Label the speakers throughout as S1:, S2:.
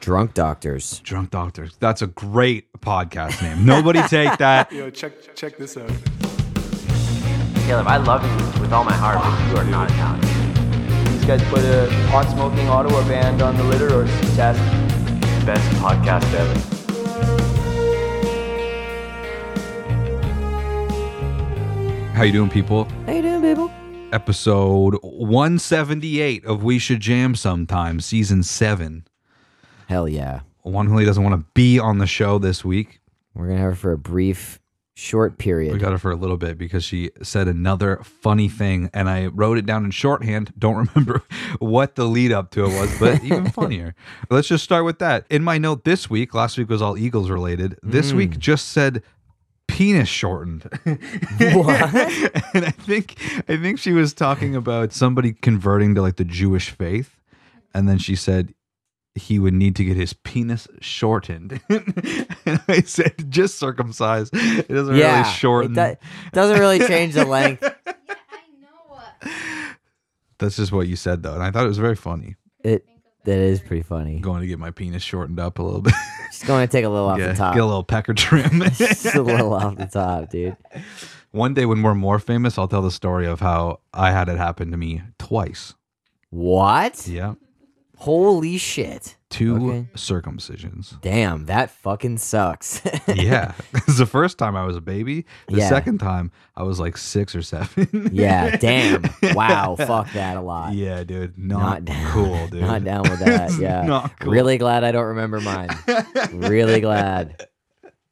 S1: Drunk Doctors.
S2: Drunk Doctors. That's a great podcast name. Nobody take that.
S3: Yo, check check this out.
S4: Caleb, I love you with all my heart, but you are not Italian.
S5: These guys put a pot smoking Ottawa band on the litter or test.
S4: Best podcast ever.
S2: How you doing, people?
S1: How you doing, people?
S2: Episode 178 of We Should Jam Sometime, season seven.
S1: Hell yeah.
S2: One who doesn't want to be on the show this week.
S1: We're gonna have her for a brief, short
S2: We
S1: period.
S2: got her for a little bit because she said another funny thing, and I wrote it down in shorthand. Don't remember what the lead up to it was, but even funnier. Let's just start with that. In my note this week, last week was all Eagles related.
S1: Mm.
S2: This week just said penis shortened. and I think I think she was talking about somebody converting to like the Jewish faith, and then she said he would need to get his penis shortened. and I said just circumcised. It doesn't
S1: yeah.
S2: really shorten.
S1: It do- doesn't really change the length.
S2: That's just what you said though, and I thought it was very funny.
S1: It that is pretty funny.
S2: Going to get my penis shortened up a little bit.
S1: She's going to take a little off
S2: yeah,
S1: the top.
S2: get a little pecker trim.
S1: Just a little off the top, dude.
S2: One day when we're more famous, I'll tell the story of how I had it happen to me twice.
S1: What?
S2: Yeah,
S1: Holy shit.
S2: two
S1: Okay.
S2: circumcisions.
S1: Damn, that fucking sucks.
S2: yeah. 'Cause the first time I was a baby. The
S1: Yeah.
S2: second time I was like six or seven.
S1: yeah, damn. Wow, fuck that a lot.
S2: Yeah, dude.
S1: Not
S2: Not,
S1: down.
S2: cool, dude.
S1: Not down with that.
S2: It's
S1: Yeah.
S2: Not cool.
S1: Really glad I don't remember mine. really glad.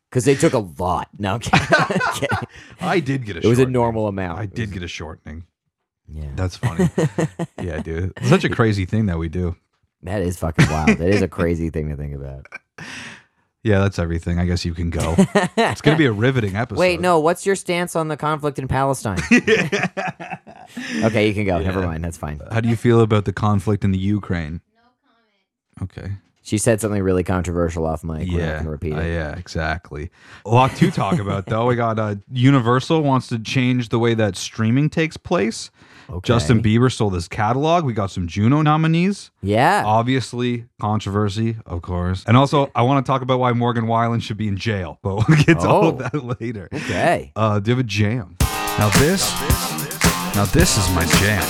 S1: Because they took a lot. No, I'm kidding. Kidding.
S2: I did get a
S1: it was a
S2: shortening.
S1: normal amount.
S2: I
S1: It
S2: did
S1: was-
S2: get a shortening.
S1: Yeah.
S2: That's funny. yeah, dude. It's such a crazy thing that we do.
S1: That is fucking wild. That is a crazy thing to think about.
S2: Yeah, that's everything. I guess you can go. it's going to be a riveting episode.
S1: Wait, no. What's your stance on the conflict in Palestine? okay, you can go. Never
S2: Yeah.
S1: mind. That's fine.
S2: How do you feel about the conflict in the Ukraine? No comment. Okay.
S1: She said something really controversial off mic. We're not
S2: Yeah,
S1: gonna repeat
S2: uh,
S1: it.
S2: yeah, exactly. A lot to talk about though. We got uh, Universal wants to change the way that streaming takes place. Justin
S1: Okay.
S2: Bieber sold his catalog. We got some Juno nominees.
S1: Yeah.
S2: Obviously, controversy, of course. And also, I want to talk about why Morgan Weiland should be in jail, but we'll get to all of
S1: Oh.
S2: that later.
S1: okay.
S2: Uh, do you have a jam? Now this, now this is my jam.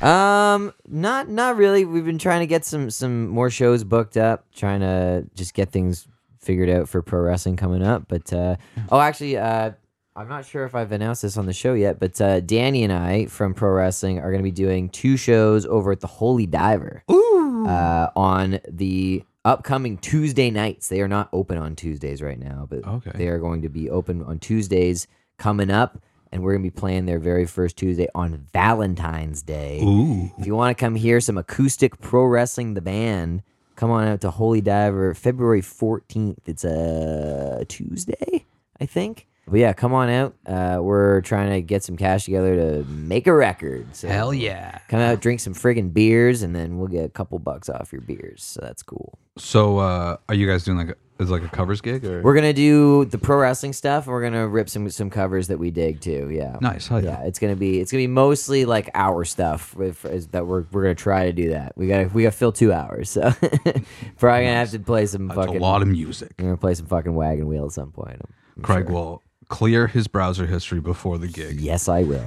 S1: Um, not not really. We've been trying to get some some more shows booked up, trying to just get things figured out for pro wrestling coming up. But uh, oh, actually, uh, I'm not sure if I've announced this on the show yet, but uh, Danny and I from pro wrestling are going to be doing two shows over at the Holy Diver uh, on the upcoming Tuesday nights. They are not open on Tuesdays right now, but
S2: Okay.
S1: they are going to be open on Tuesdays coming up. And we're going to be playing their very first Tuesday on Valentine's Day.
S2: Ooh,
S1: If you want to come hear some acoustic pro wrestling, the band, come on out to Holy Diver February 14th. It's a Tuesday, I think. But yeah, come on out. Uh, we're trying to get some cash together to make a record. So
S2: hell yeah!
S1: Come out, drink some friggin' beers, and then we'll get a couple bucks off your beers. So that's cool.
S2: So, uh, are you guys doing like a, is it like a covers gig or
S1: We're gonna do the pro wrestling stuff, and we're gonna rip some some covers that we dig too. Yeah,
S2: nice? Hell yeah.
S1: yeah it's gonna be it's gonna be mostly like our stuff with, is that we're, we're gonna try to do that we gotta we gotta fill two hours so probably gonna have to play some
S2: That's
S1: fucking
S2: a lot of music.
S1: we're gonna play some fucking wagon wheel at some point I'm
S2: Craig
S1: sure.
S2: will clear his browser history before the gig.
S1: yes i will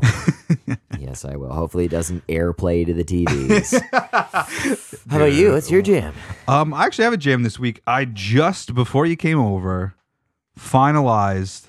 S1: yes i will hopefully it doesn't airplay to the tvs how about you what's your jam
S2: Um, I actually have a jam this week. I just before you came over finalized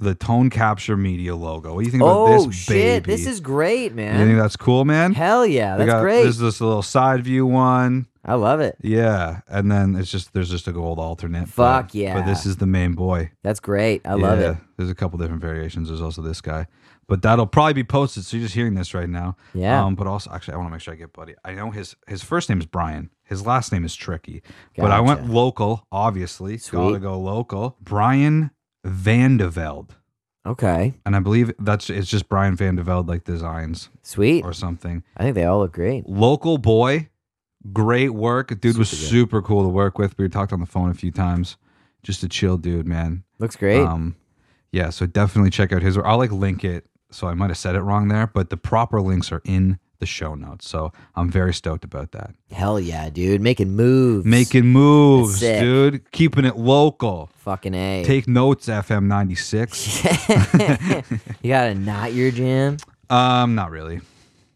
S2: the tone capture media logo. What do you think about
S1: oh
S2: this
S1: shit
S2: baby?
S1: this is great man
S2: you think that's cool, man?
S1: hell yeah
S2: We
S1: that's
S2: got-
S1: great
S2: There's this little side view one.
S1: i love it
S2: Yeah. And then it's just there's just a gold alternate.
S1: Fuck
S2: but,
S1: yeah.
S2: But this is the main boy.
S1: that's great i love
S2: Yeah,
S1: it
S2: There's a couple different variations. There's also this guy, but that'll probably be posted. So you're just hearing this right now.
S1: Yeah.
S2: Um, but also, actually, I want to make sure I get Buddy. I know his his first name is Brian. His last name is Tricky. But I went
S1: Gotcha.
S2: local, obviously.
S1: Sweet.
S2: Gotta go local. Brian Vandeveld,
S1: okay
S2: and I believe that's it's just Brian Vandeveld like designs
S1: sweet
S2: or something.
S1: i think they all look great
S2: Local boy, great work. Dude was
S1: Super good.
S2: super cool to work with. We talked on the phone a few times. Just a chill dude, man.
S1: looks great
S2: Um, yeah, so definitely check out his. I'll like link it. So I might have said it wrong there, but the proper links are in the show notes. So I'm very stoked about that.
S1: Hell yeah, dude. Making moves.
S2: Making moves,
S1: sick.
S2: dude. Keeping it local.
S1: fucking A.
S2: Take notes, FM 96.
S1: you got a not your jam?
S2: um, not really.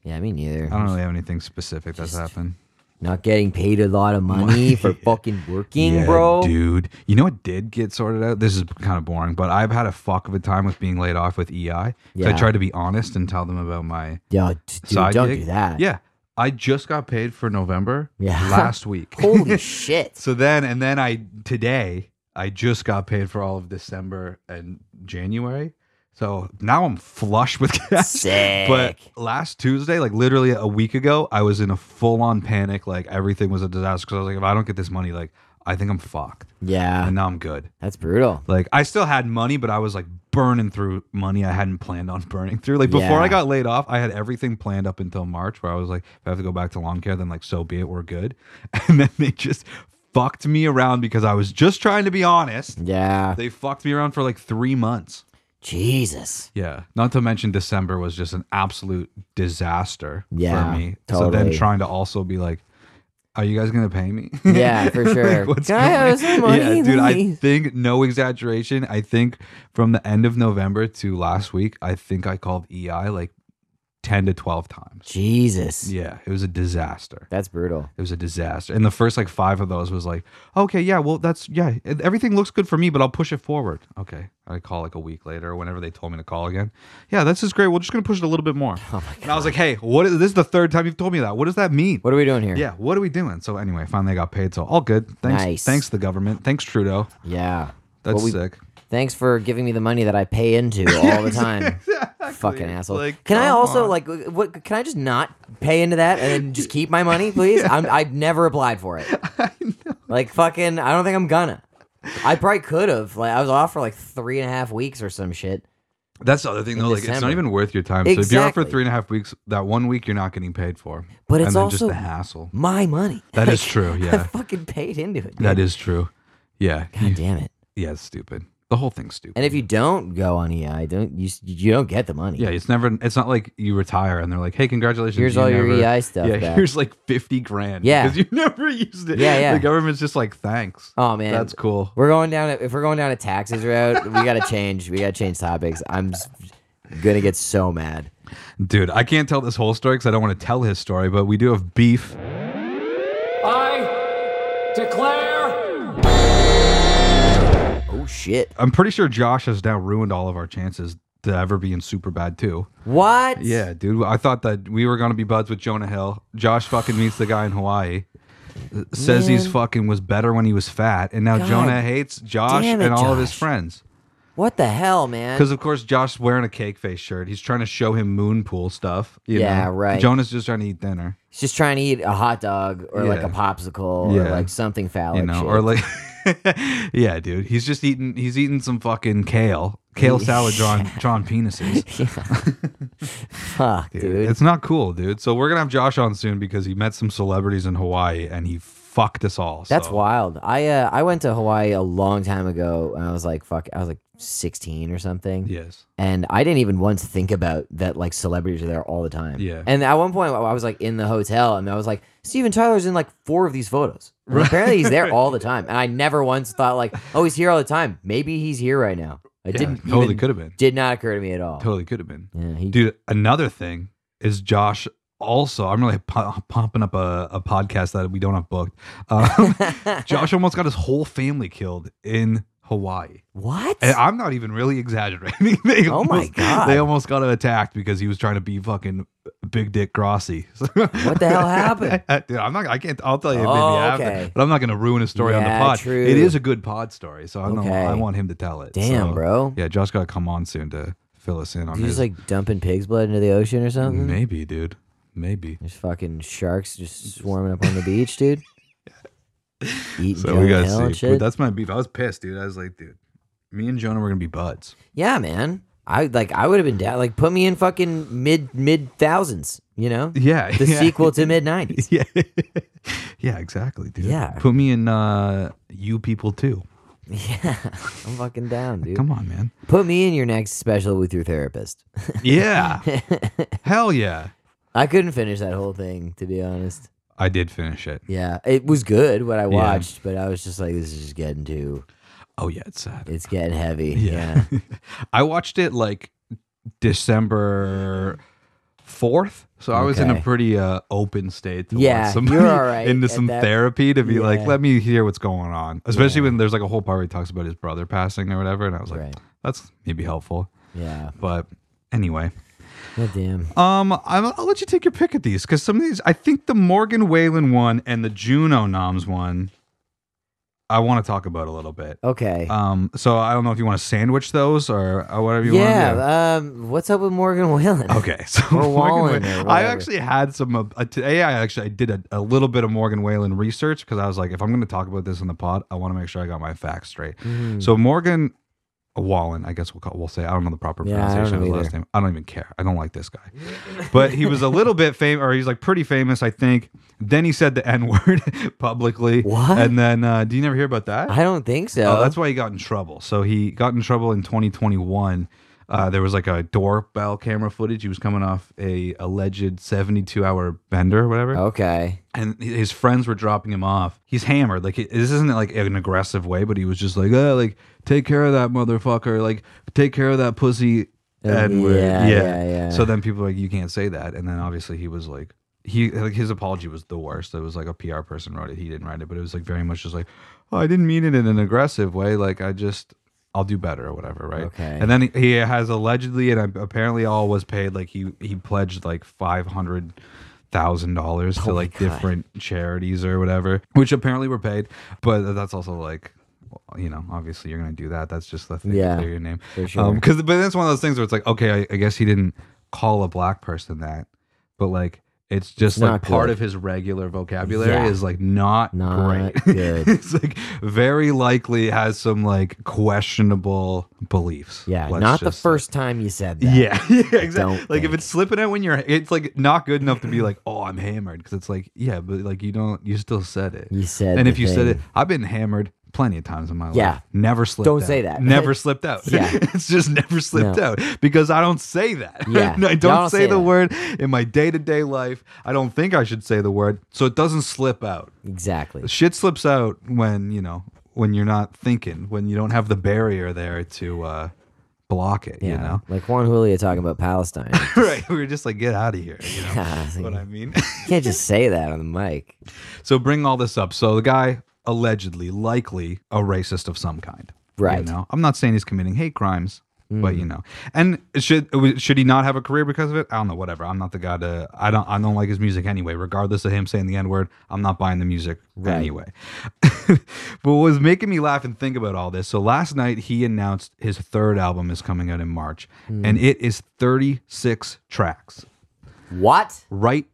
S1: Yeah, me neither.
S2: I don't really have anything specific that's happened.
S1: Not getting paid a lot of money for fucking working,
S2: Yeah,
S1: bro.
S2: Dude, you know what did get sorted out? This is kind of boring, but I've had a fuck of a time with being laid off with EI. 'cause I
S1: Yeah.
S2: tried to be honest and tell them about my
S1: Yo, t- dude,
S2: side
S1: don't
S2: gig.
S1: do that.
S2: Yeah. I just got paid for November
S1: Yeah.
S2: last week.
S1: Holy shit.
S2: So then, and then I today I just got paid for all of December and January. So now I'm flush with cash.
S1: Sick.
S2: But last Tuesday, like literally a week ago, I was in a full on panic. Like everything was a disaster because I was like, if I don't get this money, like I think I'm fucked.
S1: Yeah,
S2: And now I'm good.
S1: that's brutal.
S2: Like I still had money, but I was like burning through money I hadn't planned on burning through. Like before I
S1: Yeah.
S2: got laid off, I had everything planned up until March where I was like, if I have to go back to lawn care, then like so be it, we're good. And then they just fucked me around because I was just trying to be honest.
S1: Yeah.
S2: They fucked me around for like three months.
S1: Jesus.
S2: Yeah. Not to mention December was just an absolute disaster
S1: Yeah,
S2: for me. So then
S1: totally.
S2: trying to also be like, are you guys gonna pay me?
S1: Yeah, for sure.
S2: What's
S1: Can I have
S2: going-
S1: some money,
S2: Yeah, dude, I
S1: please?
S2: think no exaggeration. I think from the end of November to last week, I think I called EI like ten to twelve times.
S1: Jesus.
S2: Yeah, it was a disaster.
S1: That's brutal.
S2: It was a disaster. And the first like five of those was like, okay, yeah, well, that's yeah, everything looks good for me, but I'll push it forward. Okay, I call like a week later or whenever they told me to call again. Yeah, this is great. We're just gonna push it a little bit more.
S1: Oh
S2: And I was like, hey, what is this? Is the third time you've told me that. What does that mean?
S1: What are we doing here?
S2: Yeah, what are we doing? So anyway, finally I got paid. So all good. Thanks,
S1: Nice.
S2: thanks the government. Thanks Trudeau.
S1: Yeah.
S2: That's
S1: Well, we-
S2: sick.
S1: Thanks for giving me the money that I pay into all the time. Fucking asshole.
S2: Like,
S1: can I
S2: come
S1: also
S2: on.
S1: like what? Can I just not pay into that and then just keep my money, please? I'm, I've never applied for it. Like fucking, I don't think I'm gonna. I probably could have. Like I was off for like three and a half weeks or some shit.
S2: That's the other thing though. Like it's not
S1: December.
S2: even worth your time. So if you're out for
S1: Exactly.
S2: three and a half weeks, that one week you're not getting paid for.
S1: But it's
S2: and then just
S1: also-
S2: the hassle.
S1: My money.
S2: That is true.
S1: I
S2: Yeah,
S1: fucking paid into it.
S2: that is true. Yeah,
S1: God damn it.
S2: yeah, it's stupid. The whole thing's stupid.
S1: And if you don't go on EI, don't you? s- You don't get the money.
S2: yeah, it's never. It's not like you retire and they're like, "Hey, congratulations!
S1: Here's
S2: you
S1: all your
S2: never-
S1: EI stuff
S2: Yeah,
S1: back.
S2: here's like fifty grand.
S1: Yeah.
S2: because you never used it.
S1: Yeah, yeah.
S2: The government's just like, "Thanks.
S1: Oh man,
S2: that's cool."
S1: We're going down. If we're going down a taxes route, we gotta change. We gotta change topics. I'm s- gonna get so mad.
S2: Dude, I can't tell this whole story because I don't want to tell his story, but we do have beef.
S3: I declare
S1: Oh shit!
S2: I'm pretty sure Josh has now ruined all of our chances to ever be in super bad too.
S1: What?
S2: Yeah, dude. I thought that we were gonna be buds with Jonah Hill. Josh fucking meets the guy in Hawaii. uh, Says he's
S1: Man.
S2: fucking was better when he was fat, and now
S1: God
S2: Jonah hates Josh
S1: damn it,
S2: and all of his
S1: Josh.
S2: friends.
S1: What the hell, man?
S2: Because of course Josh's wearing a cake face shirt. He's trying to show him moon pool stuff. you
S1: Yeah,
S2: know?
S1: right.
S2: Jonah's just trying to eat dinner.
S1: He's just trying to eat a hot dog or like
S2: Yeah.
S1: a popsicle
S2: Yeah.
S1: or like something phallic.
S2: you know,
S1: shit.
S2: or like, yeah, dude, he's just eating. He's eating some fucking kale, kale salad, drawn drawn penises.
S1: fuck, dude.
S2: It's not cool, dude. So we're gonna have Josh on soon because he met some celebrities in Hawaii and he fucked us all.
S1: That's
S2: so.
S1: wild. I uh, I went to Hawaii a long time ago, and I was like, fuck, I was like 16 or something.
S2: Yes.
S1: and I didn't even once think about that like celebrities are there all the time.
S2: Yeah.
S1: And at one point, I was like in the hotel, and I was like, Steven Tyler's in like four of these photos. And Apparently, he's there all the time, and I never once thought like, oh, he's here all the time. Maybe he's here right now. It
S2: Yeah,
S1: didn't
S2: totally
S1: even-
S2: could have been.
S1: Did not occur to me at all.
S2: Totally could have been.
S1: Yeah, he,
S2: Dude, another thing is Josh. Also, I'm really pu- pumping up a, a podcast that we don't have booked. Um, Josh almost got his whole family killed in Hawaii.
S1: what?
S2: And I'm not even really exaggerating. They
S1: Oh my
S2: almost-
S1: God.
S2: They almost got attacked because he was trying to be fucking big dick Grossi.
S1: what the hell happened?
S2: Dude, I'm not. I can't. I'll tell you maybe
S1: Oh,
S2: after,
S1: okay.
S2: but I'm not going to ruin a story on the
S1: Yeah,
S2: pod.
S1: true.
S2: It is a good pod story, so I don't.
S1: Okay.
S2: I want him to tell it.
S1: Damn,
S2: So,
S1: bro.
S2: Yeah, Josh got to come on soon to fill us in on
S1: He's
S2: his.
S1: just like dumping pig's blood into the ocean or something.
S2: maybe, dude. Maybe.
S1: There's fucking sharks just swarming up on the beach, dude. Eating
S2: So
S1: Jonah
S2: we gotta
S1: Hill and
S2: see.
S1: shit.
S2: But that's my beef. I was pissed, dude. I was like, dude, me and Jonah were gonna be buds.
S1: Yeah, man. I like I would have been down. Like put me in fucking mid mid thousands. You know.
S2: Yeah.
S1: The
S2: yeah.
S1: sequel to mid nineties.
S2: Yeah. yeah, exactly, dude.
S1: Yeah.
S2: Put me in uh you people too.
S1: Yeah, I'm fucking down, dude.
S2: Come on, man.
S1: Put me in your next special with your therapist.
S2: Yeah. Hell yeah.
S1: I couldn't finish that whole thing, to be honest.
S2: I did finish it.
S1: Yeah, it was good what I watched, but I was just like, this is just getting too,
S2: Oh yeah, it's sad.
S1: it's getting heavy.
S2: Yeah.
S1: Yeah.
S2: I watched it like December 4th. So I was in a
S1: Okay.
S2: pretty uh, open state to
S1: Yeah,
S2: want somebody
S1: you're all right
S2: into
S1: at
S2: some
S1: that-
S2: therapy to be like,
S1: Yeah.
S2: let me hear what's going on. Especially when there's like a whole part where he talks about his brother passing or whatever. And I was like,
S1: Right.
S2: that's maybe helpful.
S1: Yeah.
S2: But anyway,
S1: God damn.
S2: um, I'm, I'll let you take your pick at these because some of these, I think the Morgan Whalen one and the Juno Noms one, I want to talk about a little bit.
S1: Okay.
S2: Um, so I don't know if you want to sandwich those or uh, whatever you want to do.
S1: yeah. Um, what's up with Morgan Whalen?
S2: Okay, so
S1: Or
S2: Morgan
S1: Wallen
S2: Whalen.
S1: or
S2: I
S1: whatever.
S2: actually had some of uh, today. I actually I did a, a little bit of Morgan Whalen research because I was like, if I'm going to talk about this in the pod, I want to make sure I got my facts straight.
S1: Mm.
S2: So Morgan Wallen, I guess we'll call, we'll say I don't know the proper
S1: Yeah, I don't
S2: pronunciation of his
S1: know
S2: last
S1: either.
S2: name. I don't even care. I don't like this guy, but he was a little bit famous, or he's like pretty famous, I think. Then he said the N word publicly.
S1: What?
S2: And then uh, do you never hear about that?
S1: I don't think so.
S2: Oh, that's why he got in trouble. So he got in trouble in 2021. Uh, there was like a doorbell camera footage. He was coming off a alleged 72 hour bender or whatever,
S1: Oh. okay.
S2: and hi- his friends were dropping him off. He's hammered. Like he- this isn't like an aggressive way, but he was just like, oh, like take care of that motherfucker. Like take care of that pussy. And we're-
S1: Oh, yeah, yeah, yeah.
S2: So then people are like, you can't say that. And then obviously he was like. He like his apology was the worst. It was like a PR person wrote it. He didn't write it, but it was like very much just like, oh, I didn't mean it in an aggressive way. Like I just, I'll do better or whatever, right?
S1: Okay.
S2: And then he- he has allegedly and apparently all was paid. Like he he pledged like five hundred thousand dollars to like different charities or whatever, which apparently were paid. But that's also like, well, you know, obviously you're gonna do that. That's just the thing. to
S1: Yeah.
S2: clear your name.
S1: For
S2: Um,
S1: sure.
S2: because but that's one of those things where it's like, okay, I, I guess he didn't call a black person that, but like it's just like
S1: not
S2: part
S1: good.
S2: of his regular vocabulary
S1: Yeah.
S2: is like not,
S1: Not
S2: great.
S1: good.
S2: it's like very likely has some like questionable beliefs.
S1: Yeah.
S2: Let's
S1: not the
S2: just uh, say.
S1: first time you said that.
S2: Yeah, yeah, exactly.
S1: don't
S2: Like if
S1: think.
S2: it's slipping out when you're, it's like not good enough to be like, oh, I'm hammered, because it's like, yeah, but like you don't, you still said it.
S1: You said
S2: and
S1: the
S2: if you said it,
S1: thing.
S2: I've been hammered plenty of times in my life.
S1: Yeah.
S2: never slipped.
S1: Don't
S2: out.
S1: say that.
S2: Never slipped out.
S1: Yeah.
S2: it's just never slipped
S1: No.
S2: out because I don't say that.
S1: Yeah.
S2: I don't,
S1: You don't
S2: say,
S1: say
S2: the
S1: that.
S2: word in my day to day life. I don't think I should say the word, so it doesn't slip out
S1: Exactly.
S2: shit slips out when you know when you're not thinking when you don't have the barrier there to uh block it
S1: Yeah.
S2: you know
S1: Like Juan Julia talking about Palestine.
S2: right we were just like get out of here you know
S1: Yeah, it's like,
S2: what i mean
S1: you can't just say that on the mic.
S2: so bring all this up so the guy allegedly likely a racist of some kind you
S1: Right. Mm.
S2: know i'm not saying he's committing hate crimes but you know and should should he not have a career because of it i don't know whatever i'm not the guy to i don't i don't like his music anyway regardless of him saying the n-word i'm not buying the music anyway but what was making me laugh and think about all this so last night he announced his third album is coming out in march and
S1: Mm.
S2: it is 36 tracks
S1: What?
S2: right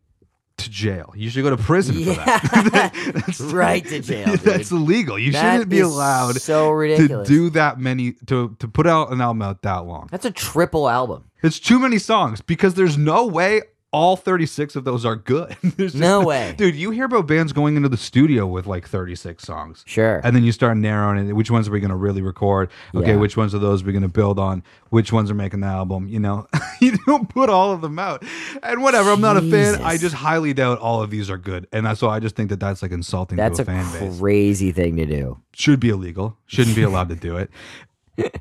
S2: to jail you should go to prison for that
S1: Yeah. right to jail. Dude.
S2: that's illegal. You
S1: That
S2: shouldn't be
S1: is
S2: allowed
S1: so
S2: to
S1: ridiculous.
S2: do that many to to put out an album out that long.
S1: That's a triple album.
S2: It's too many songs because there's no way all 36 of those are good. There's just-
S1: No way.
S2: Dude, you hear about bands going into the studio with like 36 songs.
S1: Sure.
S2: And then you start narrowing it. Which ones are we going to really record? Okay,
S1: Yeah.
S2: which ones of those are we going to build on? Which ones are making the album? You know, you don't put all of them out. And whatever, I'm not a fan. I
S1: Jesus.
S2: just highly doubt all of these are good. And that's- so I just think that that's like insulting
S1: That's
S2: to
S1: a
S2: a, fan base
S1: crazy thing to do.
S2: should be illegal. Shouldn't be allowed to do it.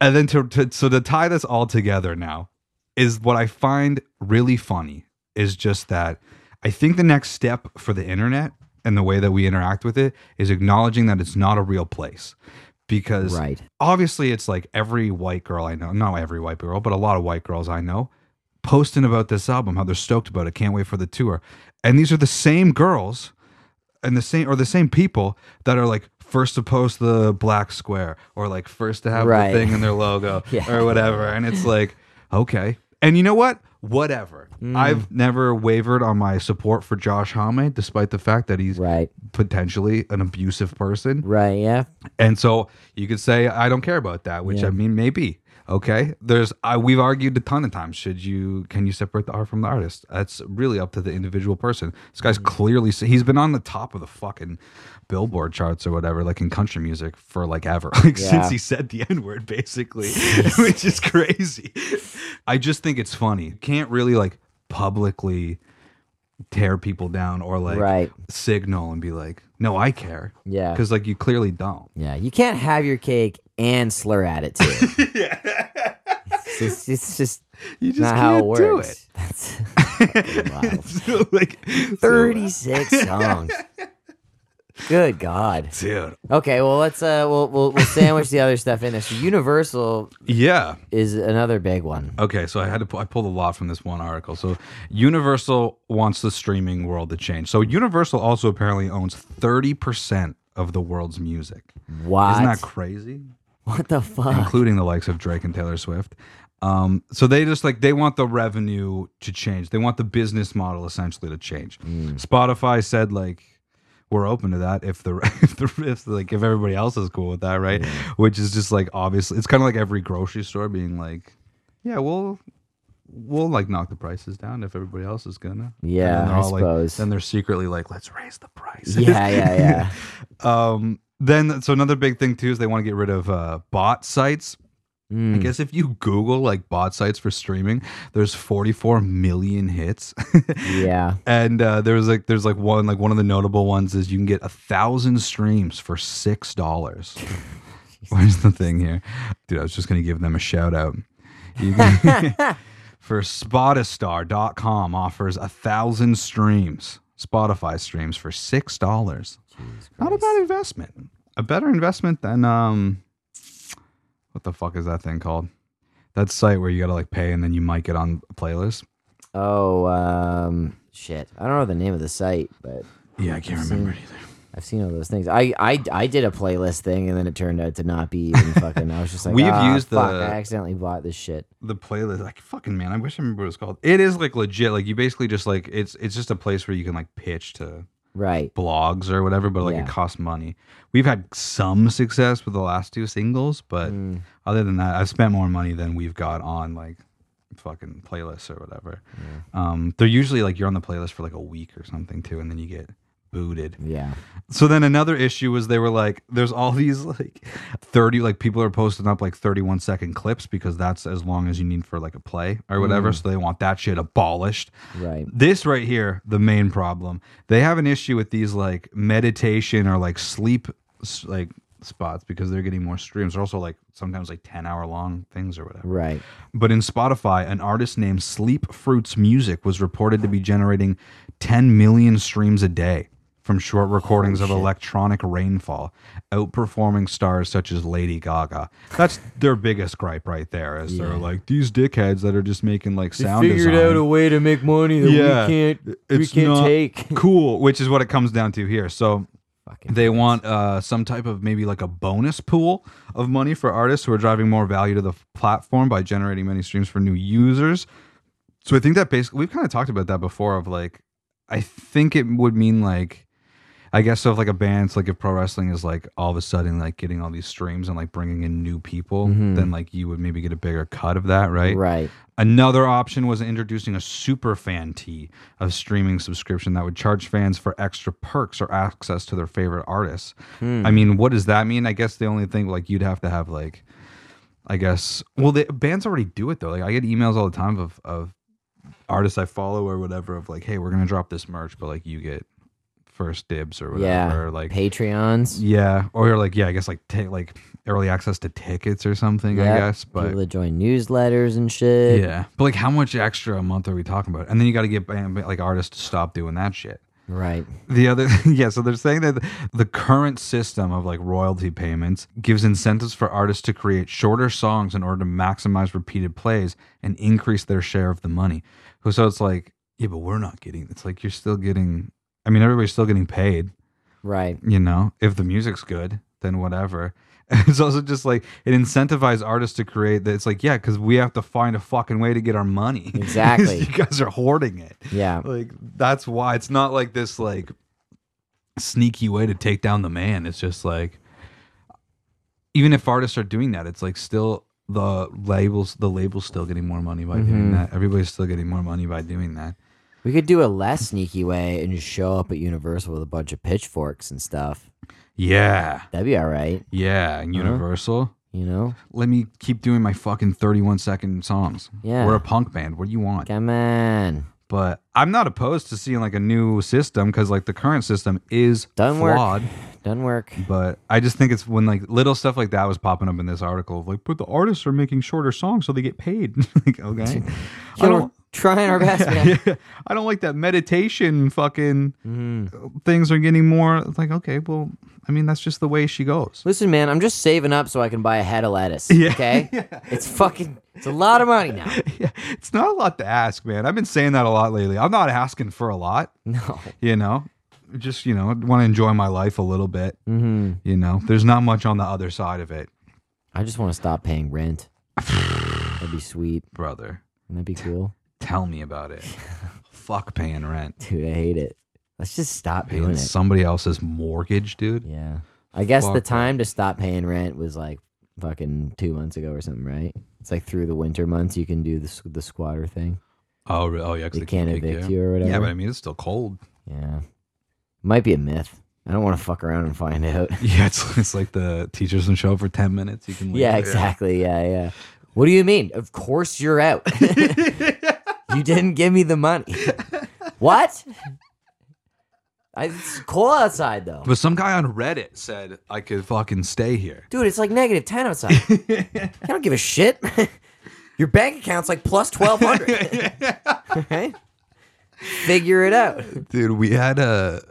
S2: And then to, to so to tie this all together now is what I find really funny is just that I think the next step for the internet and the way that we interact with it is acknowledging that it's not a real place because
S1: Right.
S2: obviously it's like every white girl I know, not every white girl, but a lot of white girls I know posting about this album, how they're stoked about it, can't wait for the tour. And these are the same girls and the same or the same people that are like first to post the black square or like first to have
S1: Right.
S2: the thing in their logo
S1: Yeah.
S2: or whatever. And it's like, okay. And you know what? Whatever.
S1: Mm.
S2: I've never wavered on my support for Josh Homme, despite the fact that he's
S1: Right.
S2: potentially an abusive person.
S1: Right. Yeah.
S2: And so you could say, I don't care about that, which I mean, maybe. Okay. There's, I, we've argued a ton of times. Should you, can you separate the art from the artist? That's really up to the individual person. This
S1: Mm-hmm.
S2: guy's clearly, he's been on the top of the fucking billboard charts or whatever, like in country music for like ever, like
S1: Yeah.
S2: since he said the N word, basically, which is crazy. I just think it's funny. You can't really like publicly tear people down or like
S1: Right.
S2: signal and be like, no, I care.
S1: Yeah.
S2: Because like you clearly don't.
S1: Yeah, you can't have your cake and slur at it too. yeah. It's just, it's just
S2: You just
S1: not
S2: can't
S1: how it
S2: do
S1: works.
S2: it.
S1: That's Wow.
S2: so like so-
S1: 36 songs. Good God.
S2: dude.
S1: Okay, well let's uh we'll we'll, we'll sandwich the other stuff in there. So Universal
S2: Yeah.
S1: is another big one.
S2: Okay, so I had to pu- I pulled a lot from this one article. So Universal wants the streaming world to change. So Universal also apparently owns 30% of the world's music.
S1: What?
S2: Isn't that crazy?
S1: what the fuck?
S2: including the likes of Drake and Taylor Swift. Um, so they just like they want the revenue to change. They want the business model essentially to change.
S1: Mm.
S2: Spotify said like we're open to that if the if the if like if everybody else is cool with that, right? Which is just like obviously it's kind of like every grocery store being like, yeah, we'll we'll like knock the prices down if everybody else is gonna. And
S1: Yeah,
S2: then they're
S1: I
S2: all, like-
S1: suppose.
S2: then they're secretly like, let's raise the prices.
S1: Yeah, yeah, yeah.
S2: Um, then so another big thing too is they want to get rid of uh, bot sites. I guess if you Google like bot sites for streaming, there's 44 million hits,
S1: yeah.
S2: and uh, there's like there's like one like one of the notable ones is you can get a thousand streams for six dollars. Where's the thing here, dude? I was just gonna give them a shout out. You can- for Spotistar.com offers a thousand streams, Spotify streams for six dollars not a bad investment. A better investment than um, what the fuck is that thing called? That site where you gotta like pay and then you might get on a playlist.
S1: Oh, um shit. I don't know the name of the site, but
S2: Yeah, I can't remember it either.
S1: I've seen all those things. I, I I did a playlist thing and then it turned out to not be even fucking. I was just like,
S2: We've
S1: "Ah,
S2: used
S1: fuck,
S2: the-
S1: I accidentally bought this shit.
S2: The playlist, like fucking man, I wish I remember what it's called. It is like legit. Like you basically just like it's it's just a place where you can like pitch to
S1: Right.
S2: blogs or whatever, but like
S1: Yeah.
S2: it costs money. We've had some success with the last two singles, but other than that, I've spent more money than we've got on like fucking playlists or whatever. Um, they're usually like you're on the playlist for like a week or something too, and then you get booted.
S1: Yeah.
S2: So then another issue was they were like, there's all these like 30, like people are posting up like 31 second clips because that's as long as you need for like a play or whatever. So they want that shit abolished.
S1: Right.
S2: This right here, the main problem. They have an issue with these like meditation or like sleep s- like spots because they're getting more streams. They're also like sometimes like 10 hour long things or whatever.
S1: Right.
S2: But in Spotify, an artist named Sleep Fruits Music was reported to be generating 10 million streams a day from short recordings of electronic rainfall, outperforming stars such as Lady Gaga. That's their biggest gripe right there. Is they're like these dickheads that are just making like sound design
S1: way to make money that
S2: it's not cool, which is what it comes down to here. So
S1: Fucking
S2: they want uh, some type of maybe like a bonus pool of money for artists who are driving more value to the platform by generating many streams for new users. So I think that basically we've kind of talked about that before. Of like, I think it would mean like. I guess so. If like a band's like if pro wrestling is like all of a sudden like getting all these streams and like bringing in new people, then like you would maybe get a bigger cut of that, right?
S1: Right.
S2: Another option was introducing a super fan tee, a streaming subscription that would charge fans for extra perks or access to their favorite artists.
S1: Hmm.
S2: I mean, what does that mean? I guess the only thing like you'd have to have like, I guess, well, the bands already do it though. Like I get emails all the time of of artists I follow or whatever of like, hey, we're gonna drop this merch, but like you get first dibs or whatever.
S1: Yeah.
S2: Or like,
S1: Patreons.
S2: yeah, or like yeah, I guess like take like early access to tickets or something. I
S1: Yep.
S2: guess, but
S1: people that join newsletters and shit.
S2: yeah, but like, how much extra a month are we talking about? And then you got to get band- like artists to stop doing that shit.
S1: Right.
S2: The other, yeah, so they're saying that the current system of like royalty payments gives incentives for artists to create shorter songs in order to maximize repeated plays and increase their share of the money. So it's like, yeah, but we're not getting. It's like you're still getting. I mean, everybody's still getting paid
S1: Right.
S2: you know, if the music's good, then whatever. It's also just like it incentivizes artists to create that. It's like, yeah, because we have to find a fucking way to get our money.
S1: Exactly.
S2: you guys are hoarding it.
S1: Yeah.
S2: Like, that's why it's not like this, like, sneaky way to take down the man. It's just like, even if artists are doing that, it's like still the labels, the label's still getting more money by doing that. Everybody's still getting more money by doing that.
S1: We could do a less sneaky way and just show up at Universal with a bunch of pitchforks and stuff.
S2: Yeah.
S1: That'd be all right.
S2: Yeah. And Universal.
S1: You know.
S2: let me keep doing my fucking 31 second songs.
S1: Yeah.
S2: We're a punk band. What do you want?
S1: Come on.
S2: But I'm not opposed to seeing like a new system because like the current system is
S1: Doesn't work.
S2: flawed.
S1: Doesn't work.
S2: But I just think it's when like little stuff like that was popping up in this article of like, but the artists are making shorter songs so they get paid. like, okay. I
S1: Yeah, we're
S2: don't
S1: trying our best. man.
S2: yeah, I don't like that meditation fucking
S1: Mm-hmm.
S2: things are getting more it's like, okay, well, I mean that's just the way she goes.
S1: Listen, man, I'm just saving up so I can buy a head of lettuce.
S2: Yeah.
S1: Okay, it's fucking. It's a lot of money now.
S2: Yeah, it's not a lot to ask, man. I've been saying that a lot lately. I'm not asking for a lot,
S1: No.
S2: you know. Just, you know, want to enjoy my life a little bit. Mm-hmm. You know, there's not much on the other side of it,
S1: I just want to stop paying rent. That'd be sweet.
S2: brother.
S1: Wouldn't that be cool?
S2: Tell me about it. Fuck paying rent.
S1: Dude, I hate it. Let's just stop doing
S2: Paying
S1: it.
S2: somebody else's mortgage, dude.
S1: yeah. I guess
S2: Fuck
S1: the
S2: that.
S1: time to stop paying rent was like fucking two months ago or something, right? It's like through the winter months you can do the s- the squatter thing.
S2: Oh, re- oh yeah, 'cause
S1: They can't evict you or whatever.
S2: Yeah, but I mean, it's still cold.
S1: Yeah. Might be a myth. I don't want to fuck around and find out.
S2: Yeah, it's, it's like the teachers don't show up for 10 minutes. You can leave.
S1: yeah, exactly. Yeah, yeah. What do you mean? Of course you're out. you didn't give me the money. what? I, it's cold outside though.
S2: But some guy on Reddit said I could fucking stay here.
S1: Dude, it's like negative 10 outside. I don't give a shit. Your bank account's like plus 1200. right? Figure it out.
S2: Dude, we had a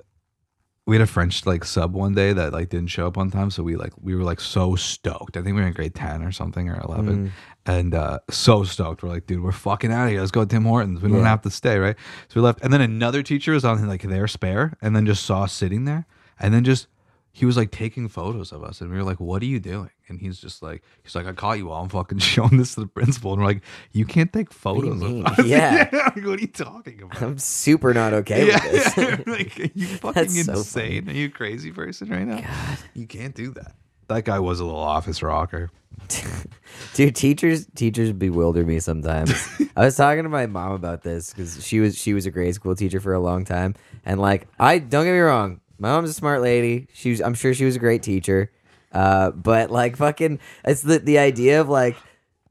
S2: we had a French like sub one day that like didn't show up on time, so we like we were like so stoked. I think we were in grade 10 or something or
S1: Mm.
S2: 11. And uh so stoked. We're like, dude, we're fucking out of here. Let's go to Tim Hortons. We don't have to stay, right? So we left. And then another teacher was on like their spare and then just saw us sitting there and then just he was like taking photos of us and we were like what are you doing and he's just like he's like i caught you all i'm fucking showing this to the principal and we're like you can't take
S1: do you
S2: photos
S1: mean?
S2: of us
S1: Yeah.
S2: like, what are you talking about
S1: I'm super not okay
S2: yeah,
S1: with this.
S2: like are you fucking
S1: so funny.
S2: insane. are you a crazy person right now? You can't do that. That guy was a little office rocker.
S1: Dude, teachers teachers bewilder me sometimes. I was talking to my mom about this because she was she was a grade school teacher for a long time, and like I don't get me wrong, my mom's a smart lady. She was, I'm sure she was a great teacher, uh, but like fucking, it's the the idea of like.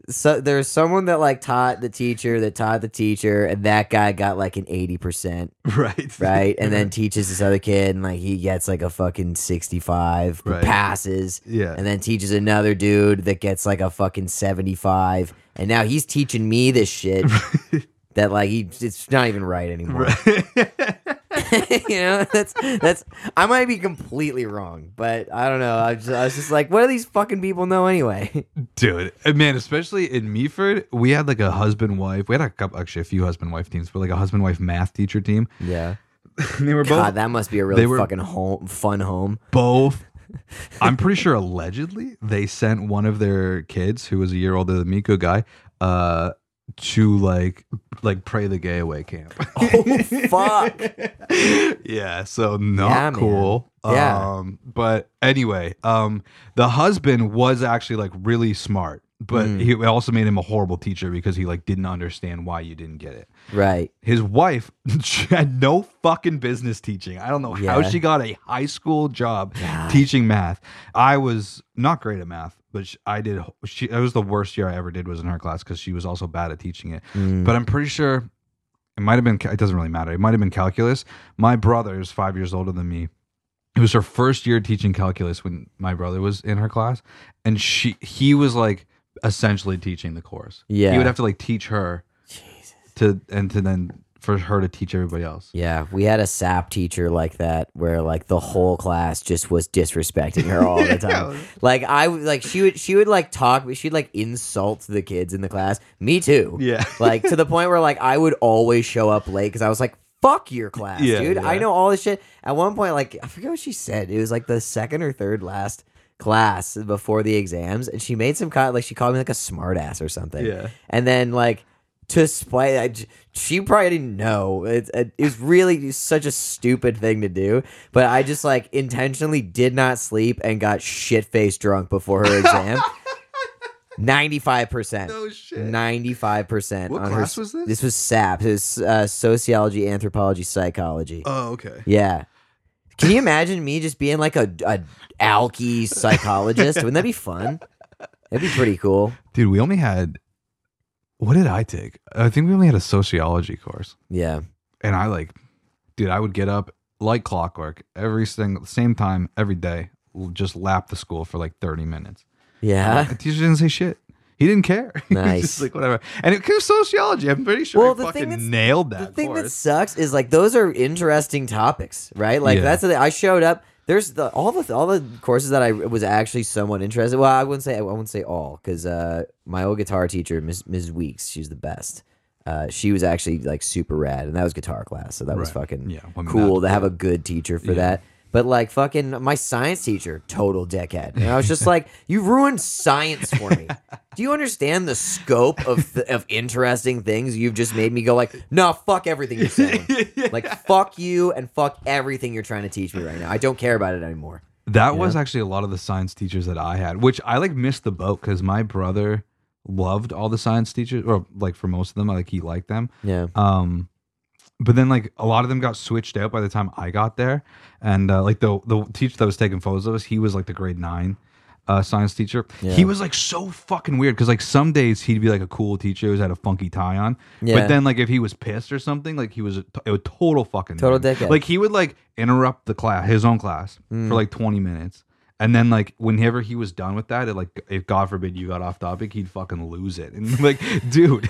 S1: So there's someone that like taught the teacher that taught the teacher, and that guy got like an eighty percent
S2: Right.
S1: right? And then teaches this other kid, and like he gets like a fucking 65, but
S2: Right.
S1: passes.
S2: Yeah.
S1: And then teaches another dude that gets like a fucking 75. And now he's teaching me this shit that like he, it's not even right anymore. you know, that's, that's, I might be completely wrong, but I don't know. I was just, I was just like, what do these fucking people know anyway?
S2: Dude, and man, especially in Meaford, we had like a husband wife. We had a couple, actually, a few husband wife teams, but like a husband wife math teacher team.
S1: yeah.
S2: And they were both,
S1: God, that must be a really
S2: they were-
S1: fucking home, fun home.
S2: both. I'm pretty sure allegedly they sent one of their kids, who was a year older than Miko guy, uh, to like like pray the gay away camp.
S1: Fuck.
S2: yeah, so not
S1: Yeah, man.
S2: cool.
S1: Yeah.
S2: Um but anyway, um the husband was actually like really smart, but
S1: Mm.
S2: he it also made him a horrible teacher because he like didn't understand why you didn't get it.
S1: Right.
S2: His wife she had no fucking business teaching. I don't know how
S1: Yeah.
S2: she got a high school job teaching math. I was not great at math, but sh I did. She that was the worst year I ever did was in her class because she was also bad at teaching it.
S1: Mm.
S2: But I'm pretty sure it might have been. ca- It doesn't really matter. It might have been calculus. My brother is five years older than me. It was her first year teaching calculus when my brother was in her class, and she he was like essentially teaching the course.
S1: Yeah.
S2: he would have to like teach her to and to then for her to teach everybody else.
S1: Yeah, we had a SAP teacher like that where like the whole class just was disrespecting her all the time. Like I w- like she would she would like talk but she'd like insult the kids in the class. Me too.
S2: Yeah.
S1: Like to the point where like I would always show up late cuz I was like fuck your class,
S2: Yeah,
S1: dude. I
S2: yeah.
S1: know all this shit. At one point like I forget what she said. It was like the second or third last class before the exams and she made some kind like she called me like a smartass or something.
S2: Yeah.
S1: And then like to spite, I j she probably didn't know. It, it, it was really such a stupid thing to do. But I just like intentionally did not sleep and got shit faced drunk before her exam. Ninety-five percent.
S2: No shit.
S1: Ninety-five percent.
S2: What
S1: on her
S2: class
S1: s-
S2: was this?
S1: This was SAP. It was uh, sociology, anthropology, psychology.
S2: Oh, okay.
S1: Yeah. Can you imagine me just being like a, a alky psychologist? Wouldn't that be fun? That'd be pretty cool.
S2: Dude, we only had What did I take? I think we only had a sociology course,
S1: Yeah.
S2: and I like, dude, I would get up like clockwork every single same time every day, l- just lap the school for like thirty minutes.
S1: Yeah.
S2: The teacher didn't say shit. He didn't care. He was just
S1: Nice.
S2: like whatever. And it was sociology. I'm pretty sure
S1: Well,
S2: I
S1: the thing
S2: fucking
S1: that's-
S2: nailed that.
S1: the thing that
S2: course.
S1: sucks is like those are interesting topics, right? Like
S2: Yeah.
S1: that's the thing. I showed up. There's the all the all the courses that I was actually somewhat interested. Well, I wouldn't say I wouldn't say all because uh, my old guitar teacher, Ms. Ms. Weeks, she's the best. Uh, she was actually like super rad, and that was guitar class, so that was
S2: Right.
S1: fucking
S2: Yeah, I mean,
S1: cool
S2: that-
S1: to have a good teacher for
S2: Yeah.
S1: that. But like fucking my science teacher, total dickhead. And I was just like, you ruined science for me. Do you understand the scope of th- of interesting things you've just made me go like, no, fuck everything you're saying. Like fuck you and fuck everything you're trying to teach me right now. I don't care about it anymore.
S2: That was actually a lot of the science teachers that I had, which I like missed the boat because my brother loved all the science teachers, or like for most of them, I like he liked them.
S1: Yeah.
S2: Um, but then like a lot of them got switched out by the time I got there, and uh, like the the teacher that was taking photos of us, he was like the grade nine. Uh, science teacher. He
S1: Yeah.
S2: was like so fucking weird because like some days he'd be like a cool teacher who's had a funky tie on,
S1: Yeah.
S2: but then like if he was pissed or something, like he was a, t- a total fucking
S1: Total
S2: nerd.
S1: dickhead.
S2: Like he would like interrupt the class, his own class, for like twenty minutes, and then like whenever he was done with that, it like if God forbid you got off topic, he'd fucking lose it. And like, dude,